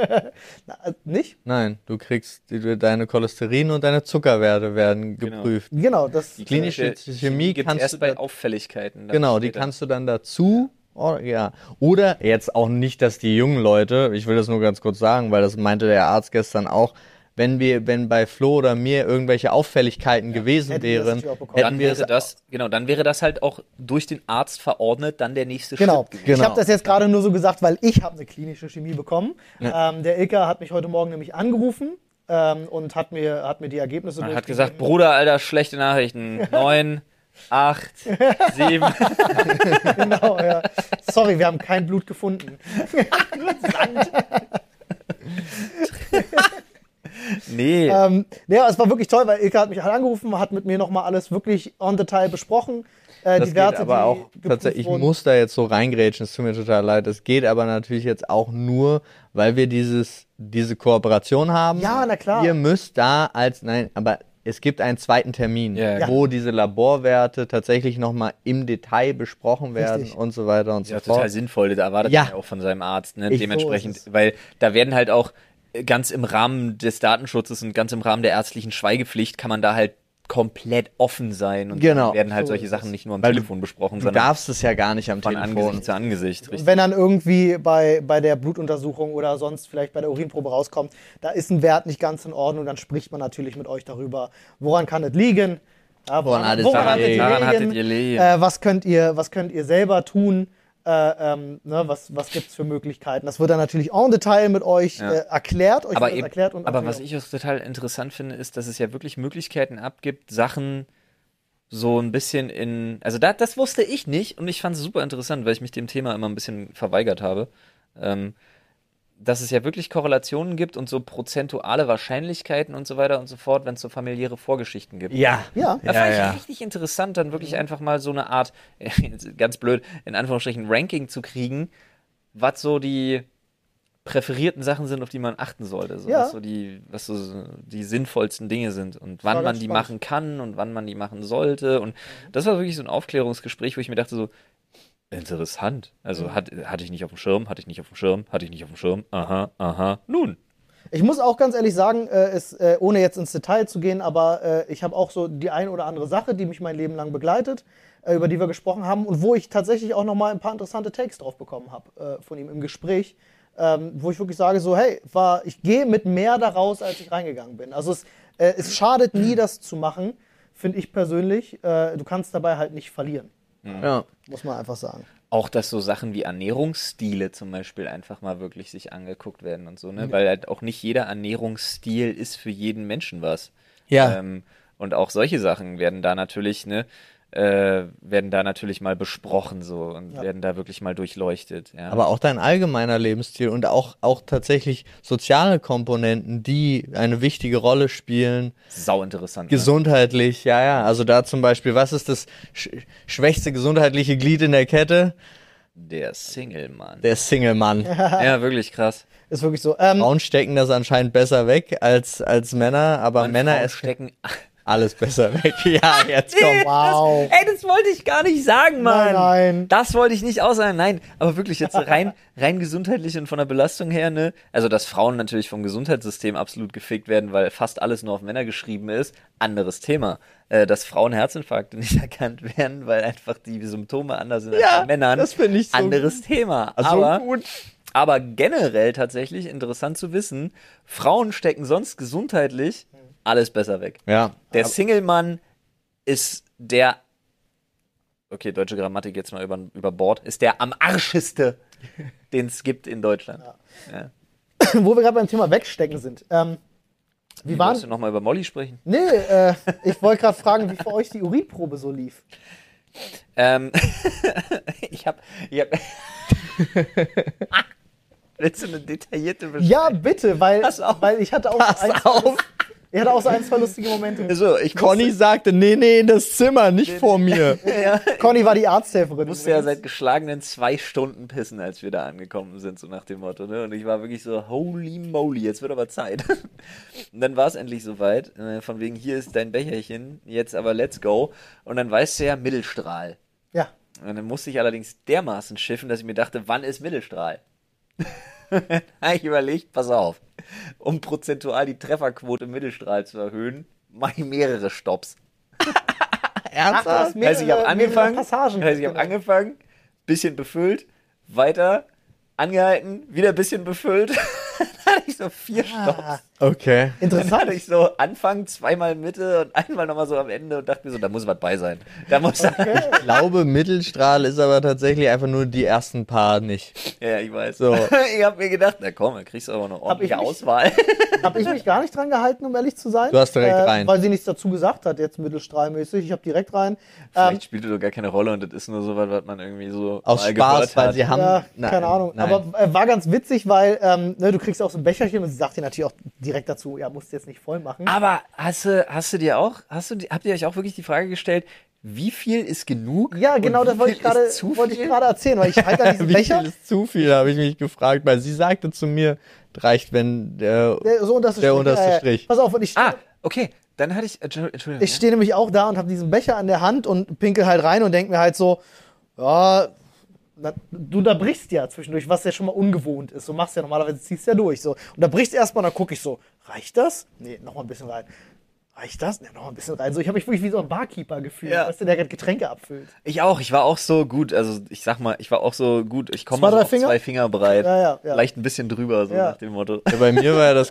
B: Na, äh, nicht?
C: Nein, du kriegst, die- deine Cholesterin und deine Zuckerwerte werden
A: Genau.
C: geprüft.
B: Genau, das...
A: Die
C: Klinische Chemie
A: gibt's
C: kannst
A: erst
C: du
A: bei
C: da-
A: Auffälligkeiten. dann
C: Genau, die
A: später.
C: kannst du dann dazu. Oh, ja. Oder jetzt auch nicht, dass die jungen Leute, ich will das nur ganz kurz sagen, weil das meinte der Arzt gestern auch, wenn wir, wenn bei Flo oder mir irgendwelche Auffälligkeiten gewesen
B: Hätten wir das
C: wären,
B: natürlich auch bekommen.
C: hätten
A: Dann
C: wir
A: wäre
C: es
A: das, genau, dann wäre das halt auch durch den Arzt verordnet, dann der nächste
B: Genau.
C: <laughs>
A: Schritt. gewesen.
B: Ich
C: Genau.
B: habe das jetzt gerade nur so gesagt, weil ich habe eine klinische Chemie bekommen. Ähm, der Ilka hat mich heute Morgen nämlich angerufen ähm, und hat mir, hat mir die Ergebnisse
A: Man hat
B: durchgegeben.
A: gesagt, Bruder, Alter, schlechte
C: <laughs>
A: Nachrichten. Neun, acht, sieben.
B: Genau, ja. Sorry, wir haben kein Blut
C: <laughs>
B: gefunden.
A: Nee.
B: Ähm, ja, es war wirklich toll, weil Ilka hat mich halt angerufen, hat mit mir nochmal alles wirklich on detail besprochen. äh,
C: Das
B: diverse,
C: geht aber
B: die
C: auch
B: geprüft
C: tatsächlich, ich
B: wurden.
C: muss da jetzt so reingrätschen, es tut mir total leid. Es geht aber natürlich jetzt auch nur, weil wir dieses, diese Kooperation haben.
B: Ja, na klar.
C: Ihr müsst da als, nein, aber es gibt einen zweiten Termin,
A: Ja, ja.
C: wo diese Laborwerte tatsächlich nochmal im Detail besprochen werden
B: Richtig.
C: und so weiter und
A: Ist ja auch
C: so fort.
A: total sinnvoll, da erwartet
C: Ja.
A: man ja auch von seinem Arzt, ne?
C: Ich-
A: dementsprechend,
B: so ist
A: weil da werden halt auch äh, ganz im Rahmen des Datenschutzes und ganz im Rahmen der ärztlichen Schweigepflicht kann man da halt komplett offen sein und
C: Genau.
A: dann werden halt
B: So
A: solche
B: ist
A: Sachen
B: es.
A: nicht nur am
C: Weil du-
A: Telefon besprochen,
C: Du
A: sondern
C: darfst es ja gar nicht am
A: von
C: Telefon.
A: Angesicht zu Angesicht. Richtig.
B: Wenn dann irgendwie bei, bei der Blutuntersuchung oder sonst vielleicht bei der Urinprobe rauskommt, da ist ein Wert nicht ganz in Ordnung, dann spricht man natürlich mit euch darüber. Woran kann es liegen? Ja,
C: Woran hat es liegen?
A: Daran hattet ihr liegen.
B: Äh, was, könnt ihr, was könnt ihr selber tun? Äh, ähm, ne, was was gibt es für Möglichkeiten? Das wird dann natürlich en Detail mit euch äh, erklärt. Euch
A: aber
B: wird das
A: eben,
B: erklärt und
A: aber
B: natürlich
A: was ich
B: auch-
A: auch total interessant finde, ist, dass es ja wirklich Möglichkeiten abgibt, Sachen so ein bisschen in, also da, das wusste ich nicht und ich fand es super interessant, weil ich mich dem Thema immer ein bisschen verweigert habe, ähm, dass es ja wirklich Korrelationen gibt und so prozentuale Wahrscheinlichkeiten und so weiter und so fort, wenn es so familiäre Vorgeschichten gibt.
C: Ja.
B: Ja. Mhm.
A: Da
C: Ja,
A: fand ich
C: ja.
A: richtig interessant, dann wirklich einfach mal so eine Art, <laughs> ganz blöd, in Anführungsstrichen Ranking zu kriegen, was so die präferierten Sachen sind, auf die man achten sollte. So,
B: Ja.
A: was, so die, was so die sinnvollsten Dinge sind und wann
B: war
A: man
B: ganz
A: die
B: spannend. Mhm.
A: machen kann und wann man die machen sollte. Und das war wirklich so ein Aufklärungsgespräch, wo ich mir dachte so, interessant.
B: Mhm.
A: Also hat, hatte ich nicht auf dem Schirm, hatte ich nicht auf dem Schirm, hatte ich nicht auf dem Schirm. Aha, aha, nun.
B: Ich muss auch ganz ehrlich sagen, äh, es, äh, ohne jetzt ins Detail zu gehen, aber äh, ich habe auch so die ein oder andere Sache, die mich mein Leben lang begleitet, äh, über die wir gesprochen haben und wo ich tatsächlich auch nochmal ein paar interessante Takes drauf bekommen habe äh, von ihm im Gespräch, ähm, wo ich wirklich sage, so hey, war, ich gehe mit mehr daraus, als ich reingegangen bin. Also es, äh, es schadet nie, das zu machen, finde ich persönlich. Äh, du kannst dabei halt nicht verlieren,
C: ja.
B: muss man einfach sagen.
A: Auch, dass so Sachen wie Ernährungsstile zum Beispiel einfach mal wirklich sich angeguckt werden und so, ne? Weil halt auch nicht jeder Ernährungsstil ist für jeden Menschen was.
C: Ja.
A: Ähm, und auch solche Sachen werden da natürlich, ne, äh, werden da natürlich mal besprochen so und werden da wirklich mal durchleuchtet. Ja.
C: Aber auch dein allgemeiner Lebensstil und auch, auch tatsächlich soziale Komponenten, die eine wichtige Rolle spielen.
A: sau interessant. ne?
C: Gesundheitlich, ja, ja. Also da zum Beispiel, was ist das sch schwächste gesundheitliche Glied in der Kette?
A: Der Single
C: <laughs>
A: Mann.
B: <laughs>
C: Der Single-Mann.
A: ja, wirklich krass.
B: Ist wirklich so. Ähm,
C: Frauen stecken das anscheinend besser weg als, als Männer, aber
A: Und
C: Männer
A: Frauen
C: es
A: stecken.
C: alles besser weg. <laughs> Ja, jetzt
B: <laughs>
C: komm.
B: wow.
A: Ey, das wollte ich gar nicht sagen, Mann.
B: Nein, nein.
A: Das wollte ich nicht aussagen. Nein, aber wirklich jetzt
C: <laughs>
A: rein, rein gesundheitlich und von der Belastung her, ne? Also, dass Frauen natürlich vom Gesundheitssystem absolut gefickt werden, weil fast alles nur auf Männer geschrieben ist, anderes Thema. Äh, dass Frauen Herzinfarkte <laughs> nicht erkannt werden, weil einfach die Symptome anders sind als
C: Ja,
A: bei Männern.
C: das finde ich so
A: anderes Thema.
C: Also
A: aber,
C: gut.
A: aber generell tatsächlich interessant zu wissen, Frauen stecken sonst gesundheitlich
C: Hm.
A: alles besser weg.
C: Ja.
A: Der Single-Mann ist der. Okay, deutsche Grammatik jetzt mal über, über Bord. Ist der am arscheste, den es gibt in Deutschland.
B: wo wir gerade beim Thema Wegstecken sind. Ähm, wie waren
A: Willst du nochmal über Molly sprechen?
B: Nee, äh, ich wollte gerade fragen, wie für euch die Urinprobe so lief.
A: Ähm, <laughs> ich hab. Ich hab <laughs> Willst du eine detaillierte Beschreibung?
B: Ja, bitte, weil,
A: Pass auf.
B: weil ich hatte auch
C: Pass
B: ein,
C: auf. Also,
B: ich hatte auch so ein, zwei lustige Momente.
A: So, ich
C: Conny sagte, nee, nee, in das Zimmer, nicht vor <laughs> mir.
B: Conny war die Arzthelferin.
A: musste ja seit geschlagenen zwei Stunden pissen, als wir da angekommen sind, so nach dem Motto. Ne? Und ich war wirklich so, holy moly, jetzt wird aber Zeit. <laughs> Und dann war es endlich soweit, äh, von wegen, hier ist dein Becherchen, jetzt aber let's go. Und dann weißt du ja, Mittelstrahl.
B: ja.
A: Und dann musste ich allerdings dermaßen schiffen, dass ich mir dachte, wann ist Mittelstrahl? <laughs> Habe ich überlegt, pass auf, um prozentual die Trefferquote im Mittelstrahl zu erhöhen, mache ich mehrere Stops.
C: Ernsthaft?
B: mehrere-
A: heißt, ich habe
B: mehrere
A: angefangen,
B: Passagen.
A: heißt, ich habe angefangen, bisschen befüllt, weiter angehalten, wieder bisschen befüllt. <laughs> dann hatte ich so vier Stops.
C: Okay.
A: Dann hatte
B: Ah, Interessant.
A: ich so Anfang, zweimal Mitte und einmal nochmal so am Ende und dachte mir so, da muss was bei sein. Da muss
C: Ich glaube, Mittelstrahl ist aber tatsächlich einfach nur die ersten paar nicht.
A: <laughs> Ja, ich weiß.
C: So.
A: <laughs> Ich habe mir gedacht, na komm, dann kriegst du aber eine
B: ich ähm,
A: ordentliche
B: nicht-
A: Auswahl. <laughs>
B: Habe ich mich gar nicht dran gehalten, um ehrlich zu sein.
C: Du hast direkt rein.
B: Weil sie nichts dazu gesagt hat, jetzt mittelstrahlmäßig. Ich habe direkt rein. Ähm,
A: Vielleicht spielt das doch gar keine Rolle und das ist nur so was, was man irgendwie so
C: Aus
A: mal
C: Spaß,
A: gehört
C: weil
A: hat.
C: sie haben.
B: ja,
C: Nein,
B: äh, keine Ahnung.
C: nein.
B: Aber äh, war ganz witzig, weil ähm, ne, du kriegst auch so ein Becherchen und sie sagt dir natürlich auch direkt dazu, ja, musst du jetzt nicht voll machen.
A: Aber hast du, hast du dir auch, hast du, habt ihr euch auch wirklich die Frage gestellt, wie viel ist genug?
B: Ja, genau
A: und wie viel
B: das wollte ich
C: <laughs>
B: gerade
A: ist zu
B: wollte ich
A: viel?
B: gerade erzählen, weil ich halte an diesem
C: Wie viel
B: Becher.
C: ist zu viel, habe ich mich gefragt, weil sie sagte zu mir, reicht, wenn der.
B: Der, so unterste
C: Der
B: Strich.
C: unterste Strich.
B: Pass auf, und ich stehe
A: Ah, okay. Dann hatte ich. Entschu- Entschuldigung.
B: ich stehe nämlich auch da und habe diesen Becher an der Hand und pinkel halt rein und denke mir halt so, ja, na, du unterbrichst ja zwischendurch, was ja schon mal ungewohnt ist. Du machst ja normalerweise, ziehst ja durch. So. Und da brichst erstmal, dann gucke ich so, reicht das? Nee, nochmal ein bisschen rein. Reicht das? Nee, nochmal ein bisschen rein. So, ich habe mich wirklich wie so ein Barkeeper gefühlt,
A: Ja.
B: weißt du, der gerade Getränke abfüllt.
A: Ich auch, ich war auch so gut, also ich sag mal, ich war auch so gut, ich komme
B: Zwei,
A: so
B: drei
A: auf
B: Finger?
A: zwei Finger breit.
B: Ja, ja, ja.
A: Leicht ein bisschen drüber, so
B: Ja.
A: nach dem Motto.
C: Ja, <laughs> bei mir war ja das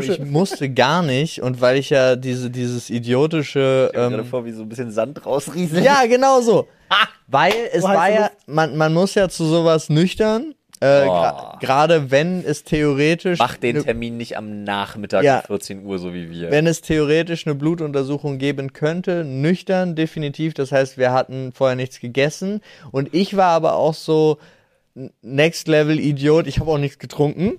B: <laughs> Gute
C: ich
B: Mische.
C: musste gar nicht und weil ich ja diese, dieses idiotische.
A: Ich hab
C: ähm, <laughs>
A: gerade vor, wie so ein bisschen Sand rausrieselt.
C: Ja, genau so. Weil es
B: So heiße
C: war ja,
B: Luft.
C: man, man muss ja zu sowas nüchtern, äh,
A: Boah.
C: gra- gerade wenn es theoretisch.
A: Mach den
C: ne-
A: Termin nicht am Nachmittag
C: Ja.
A: um 14 Uhr, so wie wir.
C: wenn es theoretisch eine Blutuntersuchung geben könnte, nüchtern definitiv. Das heißt, wir hatten vorher nichts gegessen und ich war aber auch so n- Next Level Idiot. Ich habe auch nichts getrunken,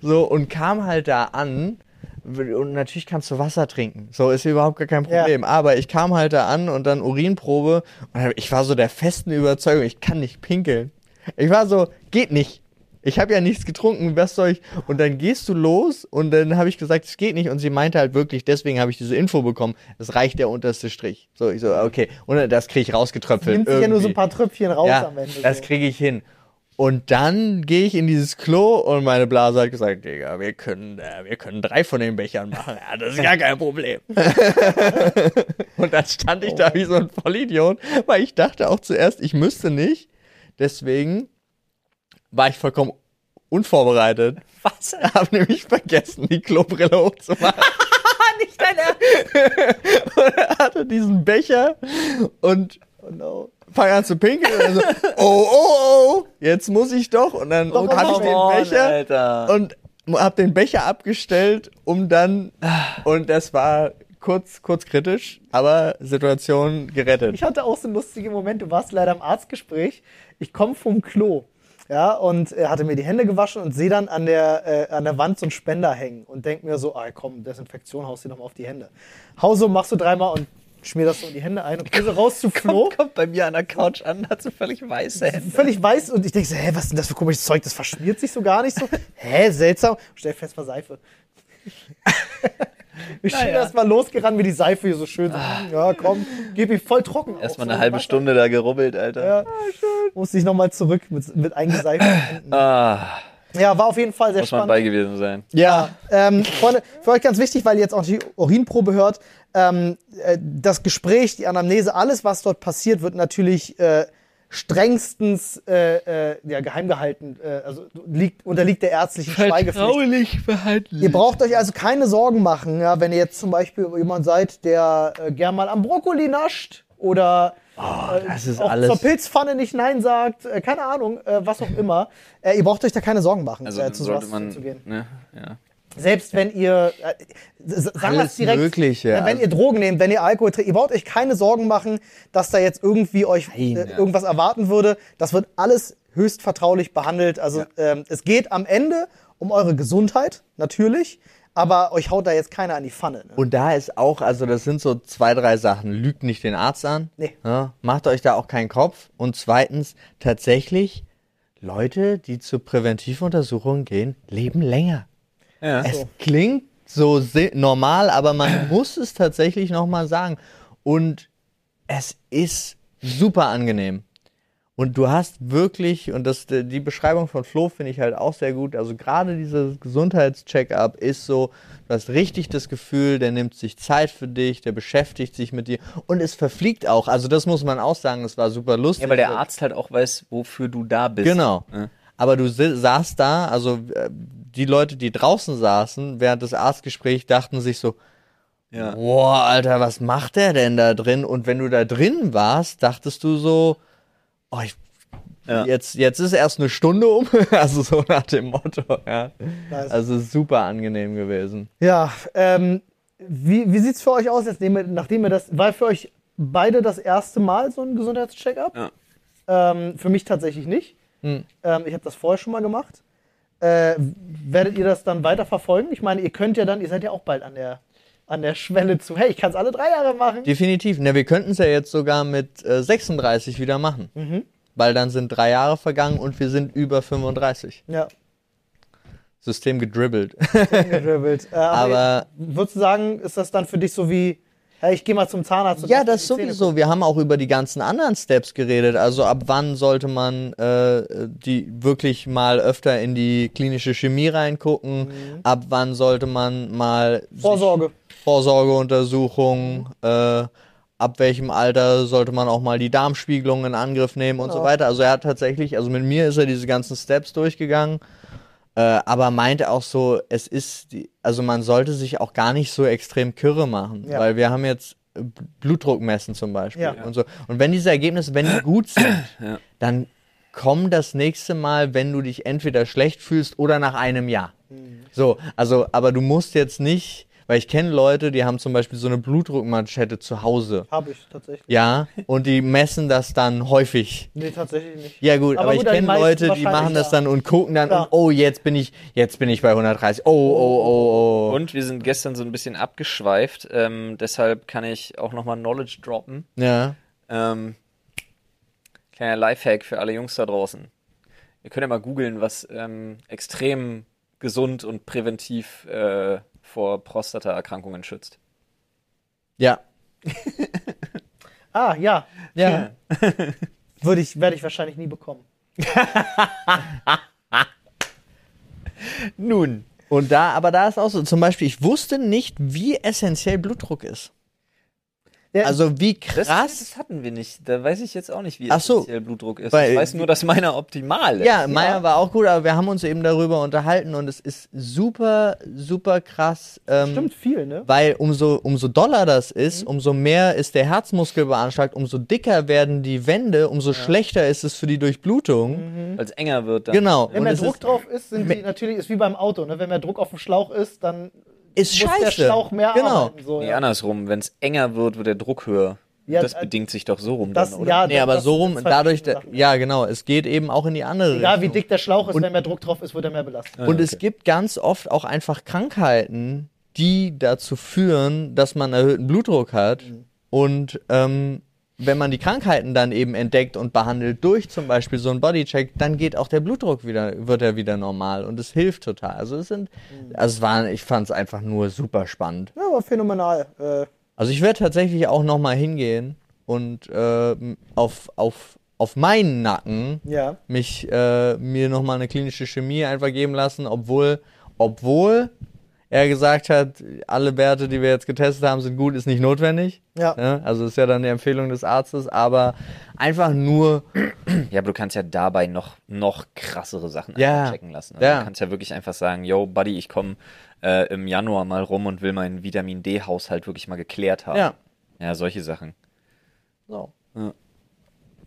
C: so und kam halt da an w- und natürlich kannst du Wasser trinken. So ist überhaupt gar kein
B: Ja.
C: Problem. Aber ich kam halt da an und dann Urinprobe und ich war so der festen Überzeugung, ich kann nicht pinkeln. Ich war so, geht nicht. Ich habe ja nichts getrunken, was soll ich? Und dann gehst du los und dann habe ich gesagt, es geht nicht. Und sie meinte halt wirklich, deswegen habe ich diese Info bekommen, es reicht der unterste Strich. So, ich so, okay. Und dann- das kriege ich rausgetröpfelt.
B: Nimmt sich ja nur so ein
C: irgendwie.
B: paar Tröpfchen raus
C: ja,
B: am Ende.
C: Das
B: so.
C: kriege ich hin. Und dann gehe ich in dieses Klo und meine Blase hat gesagt, Digga, wir können, äh, wir können drei von den Bechern machen. Ja, das ist gar kein
B: <laughs>
C: Problem. und dann stand ich da wie so ein Vollidiot, weil ich dachte auch zuerst, ich müsste nicht. Deswegen war ich vollkommen
B: <laughs>
C: unvorbereitet.
A: Was?
C: Hab nämlich vergessen, die Klobrille hochzumachen.
B: <laughs> Nicht dein
C: <laughs>
B: Ernst.
C: Hatte diesen Becher und
B: Oh no.
C: fang an zu pinkeln.
B: <laughs>
C: Und dann so, oh, oh, oh, jetzt muss ich doch. Und dann
B: Doch,
C: hab ich
B: Oh, come
C: den
A: on,
C: Becher
A: Alter.
C: und hab den Becher abgestellt, um dann.
B: Ah.
C: Und das war kurz, kurz kritisch, aber Situation gerettet.
B: Ich hatte auch so lustige Momente. Du warst leider im Arztgespräch. Ich komme vom Klo. Ja, und er hatte mir die Hände gewaschen und sehe dann an der, äh, an der Wand so einen Spender hängen und denk mir so, ah komm, Desinfektion, haust dir nochmal auf die Hände. Hau so, machst du dreimal und schmier das so in die Hände ein und geh so raus zu Flo.
A: kommt, kommt bei mir an der Couch an, hat so völlig weiße Hände.
B: Völlig weiß und ich denke so, hä, was ist denn das für komisches Zeug? Das verschmiert sich so gar
A: <laughs>
B: nicht so. Hä, seltsam. Stell fest, war Seife. Ich bin
A: Naja.
B: erstmal losgerannt, mir die Seife hier so schön. So, ja, komm, gib mir voll trocken. auf,
A: Erstmal
B: so
A: eine halbe
B: Wasser.
A: Stunde da gerubbelt, Alter.
B: Ja, musste ich nochmal zurück mit, mit eingeseiften Händen.
A: Ah,
B: Ja, war auf jeden Fall sehr
A: muss man
B: spannend.
A: bei gewesen sein.
C: Ja.
B: Ähm, Freunde, für euch ganz wichtig, weil ihr jetzt auch die Urinprobe hört, ähm, äh, das Gespräch, die Anamnese, alles, was dort passiert, wird natürlich äh, strengstens äh, äh, ja, geheim gehalten. Äh, also liegt, unterliegt der ärztlichen Schweigepflicht. Ihr
A: verhalten.
B: braucht euch also keine Sorgen machen, ja, wenn ihr jetzt zum Beispiel jemand seid, der äh, gern mal am Brokkoli nascht oder
C: Das ist
B: auch zur
C: alles.
B: Pilzpfanne nicht Nein sagt, äh, keine Ahnung, äh, was auch immer. Äh, ihr braucht euch da keine Sorgen machen,
A: Also
B: äh, zu
A: sollte
B: sowas
A: man,
B: zu gehen.
A: ne, ja.
B: Selbst wenn ihr, äh, s- sagen wir
C: Alles
B: es direkt,
C: Mögliche,
B: äh, wenn
C: also-
B: ihr Drogen nehmt, wenn ihr Alkohol trinkt, ihr braucht euch keine Sorgen machen, dass da jetzt irgendwie euch
C: Nein,
B: äh,
C: ja.
B: irgendwas erwarten würde. Das wird alles höchst vertraulich behandelt. Also ähm, es geht am Ende um eure Gesundheit, natürlich, aber euch haut da jetzt keiner an die Pfanne. Ne?
C: Und da ist auch, also das sind so zwei, drei Sachen. Lügt nicht den Arzt an.
B: Nee.
C: Ja, macht euch da auch keinen Kopf. Und zweitens, tatsächlich, Leute, die zu Präventivuntersuchungen gehen, leben länger.
A: Ja.
C: Es klingt so si- normal, aber man muss es tatsächlich nochmal sagen. Und es ist super angenehm. Und du hast wirklich, und das, die Beschreibung von Flo finde ich halt auch sehr gut, also gerade dieses Gesundheitscheck-up ist so, du hast richtig das Gefühl, der nimmt sich Zeit für dich, der beschäftigt sich mit dir und es verfliegt auch. Also das muss man auch sagen, das war super lustig.
A: ja, weil der
C: So-
A: Arzt halt auch weiß, wofür du da bist.
C: Genau.
A: Ja.
C: Aber du si- saßt da, also äh, die Leute, die draußen saßen, während des Arztgesprächs, dachten sich so,
A: Ja.
C: boah, Alter, was macht der denn da drin? Und wenn du da drin warst, dachtest du so, oh, ich,
A: Ja.
C: jetzt, jetzt ist erst eine Stunde um. <laughs> also so nach dem Motto, ja.
B: Nice.
C: Also super angenehm gewesen.
B: Ja, ähm, wie, wie sieht's für euch aus, jetzt, nachdem ihr- nachdem ihr das, war für euch beide das erste Mal so ein Gesundheitscheck-up?
A: Ja.
B: Ähm, für mich tatsächlich nicht. Ähm, ich habe das vorher schon mal gemacht. Äh, werdet ihr das dann weiter verfolgen? Ich meine, ihr könnt ja dann, ihr seid ja auch bald an der an der Schwelle zu, hey, ich kann es alle drei Jahre machen.
C: Definitiv. Na, wir könnten es ja jetzt sogar mit äh, 36 wieder machen.
A: Mhm.
C: Weil dann sind drei Jahre vergangen und wir sind über 35.
B: Ja,
C: System gedribbelt.
B: gedribbelt. Äh, aber,
C: Aber
B: würdest du sagen, ist das dann für dich so wie, hey, ich gehe mal zum Zahnarzt? und
C: ja,
B: lass mir
C: das
B: die Zähne
C: sowieso. Wir haben auch über die ganzen anderen Steps geredet. Also ab wann sollte man äh, die wirklich mal öfter in die klinische Chemie reingucken? Ab wann sollte man mal sich-
B: Mhm. Vorsorge.
C: Vorsorgeuntersuchung, äh, ab welchem Alter sollte man auch mal die Darmspiegelung in Angriff nehmen und so
B: Genau.
C: weiter. Also er hat tatsächlich, also mit mir ist er diese ganzen Steps durchgegangen, äh, aber meinte auch so, es ist, die, also man sollte sich auch gar nicht so extrem kirre machen,
B: Ja.
C: weil wir haben jetzt äh, Blutdruck messen zum Beispiel
B: Ja.
C: und so. Und wenn diese Ergebnisse, wenn die gut sind, dann komm das nächste Mal, wenn du dich entweder schlecht fühlst oder nach einem Jahr.
B: Mhm.
C: So, also, aber du musst jetzt nicht, weil ich kenne Leute, die haben zum Beispiel so eine Blutdruckmanschette zu Hause.
B: Habe ich tatsächlich.
C: Ja, und die messen das dann häufig.
B: Nee, tatsächlich nicht.
C: Ja gut, aber, ich
B: die
C: kenne
B: meisten
C: Leute, die
B: wahrscheinlich,
C: machen das
B: ja.
C: dann und gucken dann,
B: Ja.
C: und, oh, jetzt bin ich, jetzt bin ich bei 130. Oh, oh, oh, oh.
A: Und wir sind gestern so ein bisschen abgeschweift, ähm, deshalb kann ich auch nochmal Knowledge droppen.
C: Ja.
A: Ähm, kleiner Lifehack für alle Jungs da draußen. Ihr könnt ja mal googeln, was ähm, extrem gesund und präventiv äh, vor Prostataerkrankungen schützt.
C: Ja.
B: Ah, ja.
C: Ja.
B: Würde ich, werde ich wahrscheinlich nie bekommen.
A: Nun.
C: Und da, aber da ist auch so, zum Beispiel, ich wusste nicht, wie essentiell Blutdruck ist.
B: Ja,
C: Also wie
A: Das,
C: krass.
A: das hatten wir nicht. Da weiß ich jetzt auch nicht, wie
C: Ach so.
A: essentiell Blutdruck ist.
C: Weil-
A: ich weiß nur, dass meiner optimal ist.
C: Ja, Meier war auch gut, aber wir haben uns eben darüber unterhalten und es ist super, super krass. Ähm,
B: stimmt viel, ne?
C: Weil umso, umso doller das ist, umso mehr ist der Herzmuskel beanschlagt, umso dicker werden die Wände, umso schlechter ist es für die Durchblutung.
A: Weil es enger wird dann.
C: Genau.
B: Wenn
C: und
B: mehr
C: es
B: Druck
C: ist,
B: drauf ist, sind die natürlich, ist wie beim Auto, ne? Wenn mehr Druck auf dem Schlauch ist, dann
C: ist
B: muss
C: scheiße.
B: der Schlauch mehr
C: genau.
B: arbeiten. So,
A: Nee,
B: ja.
A: andersrum. Wenn es enger wird, wird der Druck höher.
B: Ja,
A: das
B: äh,
A: bedingt sich doch so rum
B: das-
A: dann, oder?
B: ja,
C: Nee, aber
B: Das
C: so
B: sind
C: rum,
B: zwei
C: dadurch,
B: verschiedene Sachen.
C: ja genau, es geht eben auch in die andere
B: Egal wie Ah,
C: Richtung.
B: dick der Schlauch ist, wenn mehr Druck drauf ist, wird er mehr belastet.
C: Und es gibt ganz oft auch einfach Krankheiten, die dazu führen, dass man erhöhten Blutdruck hat.
B: Mhm.
C: Und ähm, wenn man die Krankheiten dann eben entdeckt und behandelt durch zum Beispiel so einen Bodycheck, dann geht auch der Blutdruck wieder, wird er wieder normal und es hilft total. Also es sind,
B: Mhm.
C: also es war, ich fand es einfach nur super spannend.
B: Ja, aber phänomenal. Äh,
C: Also ich werde tatsächlich auch nochmal hingehen und ähm, auf, auf, auf meinen Nacken
B: ja.
C: mich äh, mir nochmal eine klinische Chemie einfach geben lassen, obwohl, obwohl er gesagt hat, alle Werte, die wir jetzt getestet haben, sind gut, ist nicht notwendig.
B: Ja.
C: Ne? Also ist ja dann die Empfehlung des Arztes, aber einfach nur,
A: Ja, aber du kannst ja dabei noch, noch krassere Sachen
C: Ja.
A: einfach checken lassen. Also
C: Ja.
A: Du kannst ja wirklich einfach sagen, yo, Buddy, ich komme äh, im Januar mal rum und will meinen Vitamin D-Haushalt wirklich mal geklärt haben.
C: ja.
A: Ja, solche Sachen.
C: So.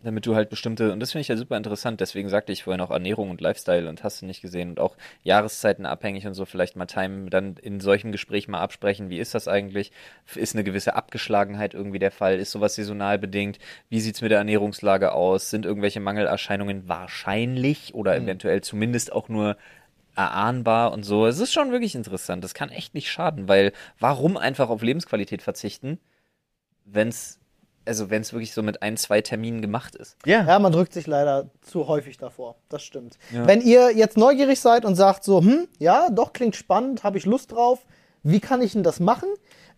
A: Damit du halt bestimmte, und das finde ich ja super interessant, deswegen sagte ich vorhin auch Ernährung und Lifestyle und hast du nicht gesehen und auch Jahreszeiten abhängig und so, vielleicht mal Time dann in solchem Gespräch mal absprechen, wie ist das eigentlich? Ist eine gewisse Abgeschlagenheit irgendwie der Fall? Ist sowas saisonal bedingt? Wie sieht es mit der Ernährungslage aus? Sind irgendwelche Mangelerscheinungen wahrscheinlich oder eventuell zumindest auch nur erahnbar und so? Es ist schon wirklich interessant, das kann echt nicht schaden, weil warum einfach auf Lebensqualität verzichten, wenn es also wenn es wirklich so mit ein, zwei Terminen gemacht ist.
C: Ja.
B: Ja, man drückt sich leider zu häufig davor. Das stimmt. Wenn ihr jetzt neugierig seid und sagt so, hm, ja, doch, klingt spannend, habe ich Lust drauf, wie kann ich denn das machen?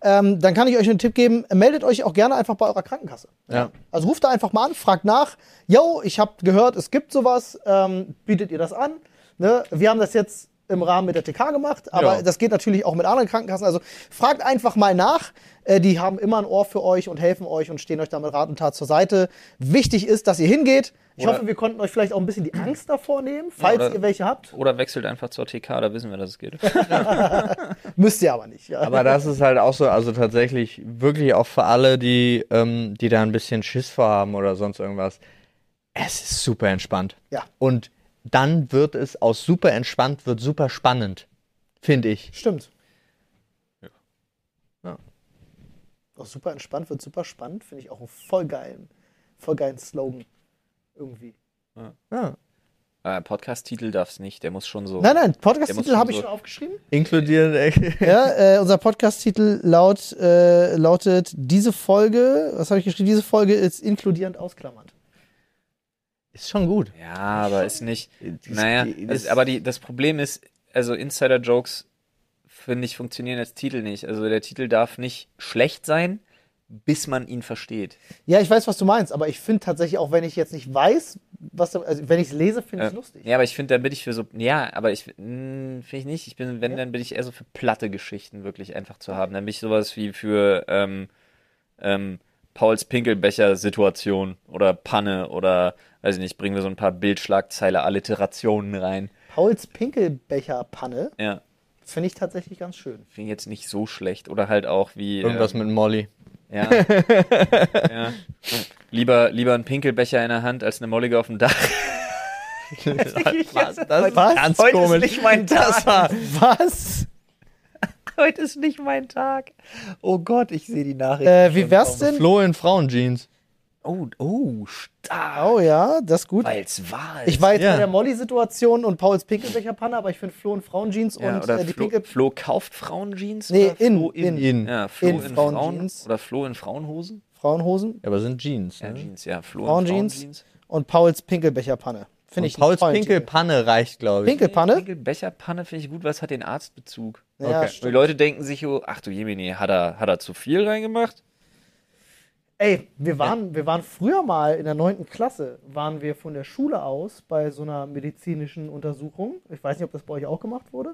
B: Ähm, dann kann ich euch einen Tipp geben, meldet euch auch gerne einfach bei eurer Krankenkasse.
C: Ja.
B: Also ruft da einfach mal an, fragt nach, yo, ich habe gehört, es gibt sowas, ähm, bietet ihr das an? Ne? Wir haben das jetzt im Rahmen mit der TK gemacht, aber
C: Ja.
B: das geht natürlich auch mit anderen Krankenkassen. Also fragt einfach mal nach. Äh, die haben immer ein Ohr für euch und helfen euch und stehen euch damit Rat und Tat zur Seite. Wichtig ist, dass ihr hingeht. Ich
A: Oder-
B: hoffe, wir konnten euch vielleicht auch ein bisschen die Angst davor nehmen, falls
A: oder-
B: ihr welche habt.
A: Oder wechselt einfach zur TK, da wissen wir, dass es geht.
B: Müsst ihr aber nicht. Ja.
C: Aber das ist halt auch so, also tatsächlich wirklich auch für alle, die, ähm, die da ein bisschen Schiss vor haben oder sonst irgendwas. Es ist super entspannt.
B: Ja.
C: Und dann wird es aus super entspannt, wird super spannend. Finde ich.
B: Stimmt.
C: Ja.
B: Auch super entspannt, wird super spannend, finde ich auch einen voll geilen, voll geilen Slogan. Irgendwie.
C: Ja.
A: Äh, Podcast-Titel darf es nicht, der muss schon so.
B: Nein, nein,
A: Der muss
B: Podcast-Titel
A: schon
B: habe ich
A: so-
B: schon aufgeschrieben.
C: Inkludieren.
B: Ja, äh, unser Podcast-Titel laut, äh, lautet diese Folge, was habe ich geschrieben? Diese Folge ist inkludierend ausklammernd.
C: <laughs> Ist schon gut.
A: Ja, aber ist nicht.
C: Das-
A: Naja,
C: das-
A: es, aber die, das Problem ist, also Insider-Jokes, finde ich, funktionieren als Titel nicht. Also der Titel darf nicht schlecht sein, bis man ihn versteht.
B: Ja, ich weiß, was du meinst, aber ich finde tatsächlich, auch wenn ich jetzt nicht weiß, was, da- also wenn ich es lese, finde ich es
A: Äh,
B: lustig.
A: Ja, aber ich finde, da bin ich für so. Ja, aber ich mh, finde ich nicht. Ich bin, wenn, dann bin ich eher so für platte Geschichten wirklich einfach zu haben. Dann bin ich sowas wie für ähm, ähm, Pauls Pinkelbecher-Situation oder Panne oder weiß ich nicht, bringen wir so ein paar Bildschlagzeile Alliterationen rein.
B: Pauls Pinkelbecher-Panne
A: Ja.
B: finde ich tatsächlich
A: <laughs>
B: ganz schön.
A: Finde ich jetzt nicht so schlecht. Oder halt auch wie.
C: Irgendwas mit Molly. <laughs>
A: Ja. ja. Lieber, lieber ein Pinkelbecher in der Hand als eine Mollige auf dem Dach.
C: Das ist
B: Was?
C: ganz
A: Heute ist
C: komisch.
A: nicht mein
C: Das war
B: Was?
A: Heute ist nicht mein Tag. Oh Gott, ich sehe die Nachricht.
B: Äh, wie wär's denn?
C: Also Flo in Frauenjeans.
A: Oh, oh, stark.
B: Oh ja, das ist gut.
A: Weil's war.
B: Ich war jetzt
C: Ja.
B: bei der Molly-Situation und Pauls Pinkelbecher-Panne, aber ich finde Flo in Frauenjeans
A: ja,
B: und
A: oder
B: äh, die
A: Flo,
B: Pinkel...
A: Flo kauft Frauenjeans?
B: Nee,
A: oder
B: in,
A: Flo
B: in,
C: In.
A: Ja, Flo
B: in
A: in,
B: Frauenjeans.
A: Frauen oder Flo in Frauenhosen?
B: Frauenhosen
C: Ja, aber sind Jeans.
A: Ja,
C: Ne?
A: Jeans, ja, Flo
B: Frauenjeans.
A: in Frauenjeans.
B: und Pauls Pinkelbecher-Panne.
C: Und
B: Finde ich einen
C: Pauls
B: tollen Titel.
C: Pinkelpanne reicht, glaube ich.
B: Pinkelpanne?
A: Pinkelbecherpanne finde ich gut, weil es hat den Arztbezug.
B: Ja,
C: Okay.
A: Die
B: stimmt.
A: Leute denken sich, oh, ach du Jemini, hat er, hat er zu viel reingemacht?
B: Ey, wir waren, wir waren früher mal in der 9. Klasse, waren wir von der Schule aus bei so einer medizinischen Untersuchung. Ich weiß nicht, ob das bei euch auch gemacht wurde.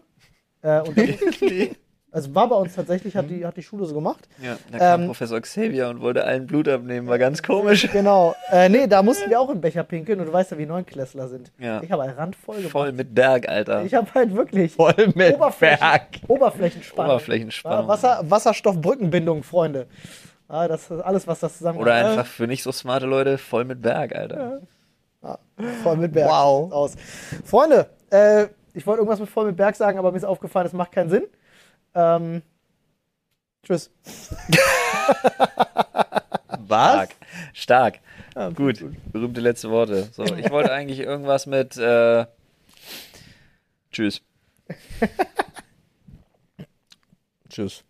B: Äh, und
C: <laughs>
B: also war bei uns tatsächlich, hat
C: Mhm.
B: die, hat die Schule so gemacht.
A: Ja, da kam
B: Ähm,
A: Professor Xavier und wollte allen Blut abnehmen, war ganz komisch.
B: Genau. Äh, nee, da mussten wir auch in den Becher pinkeln und du weißt ja, wie Neunklässler sind.
A: Ja.
B: Ich habe einen Rand voll gemacht.
A: Voll mit Berg, Alter.
B: Ich habe halt wirklich
C: Voll mit Berg.
B: Oberflächenspannung.
A: Oberflächenspannung.
B: Ja, Wasser, Wasserstoffbrückenbindung, Freunde. Ah, das ist alles, was das zusammen ne?
A: Oder einfach für nicht so smarte Leute voll mit Berg, Alter.
B: Voll mit Berg.
C: Wow.
B: Aus. Freunde, äh, ich wollte irgendwas mit Voll mit Berg sagen, aber mir ist aufgefallen, das macht keinen Sinn. Ähm, tschüss.
C: Was?
A: Stark. Stark. gut. Berühmte letzte Worte. So, ich wollte eigentlich irgendwas mit äh, Tschüss.
C: Tschüss.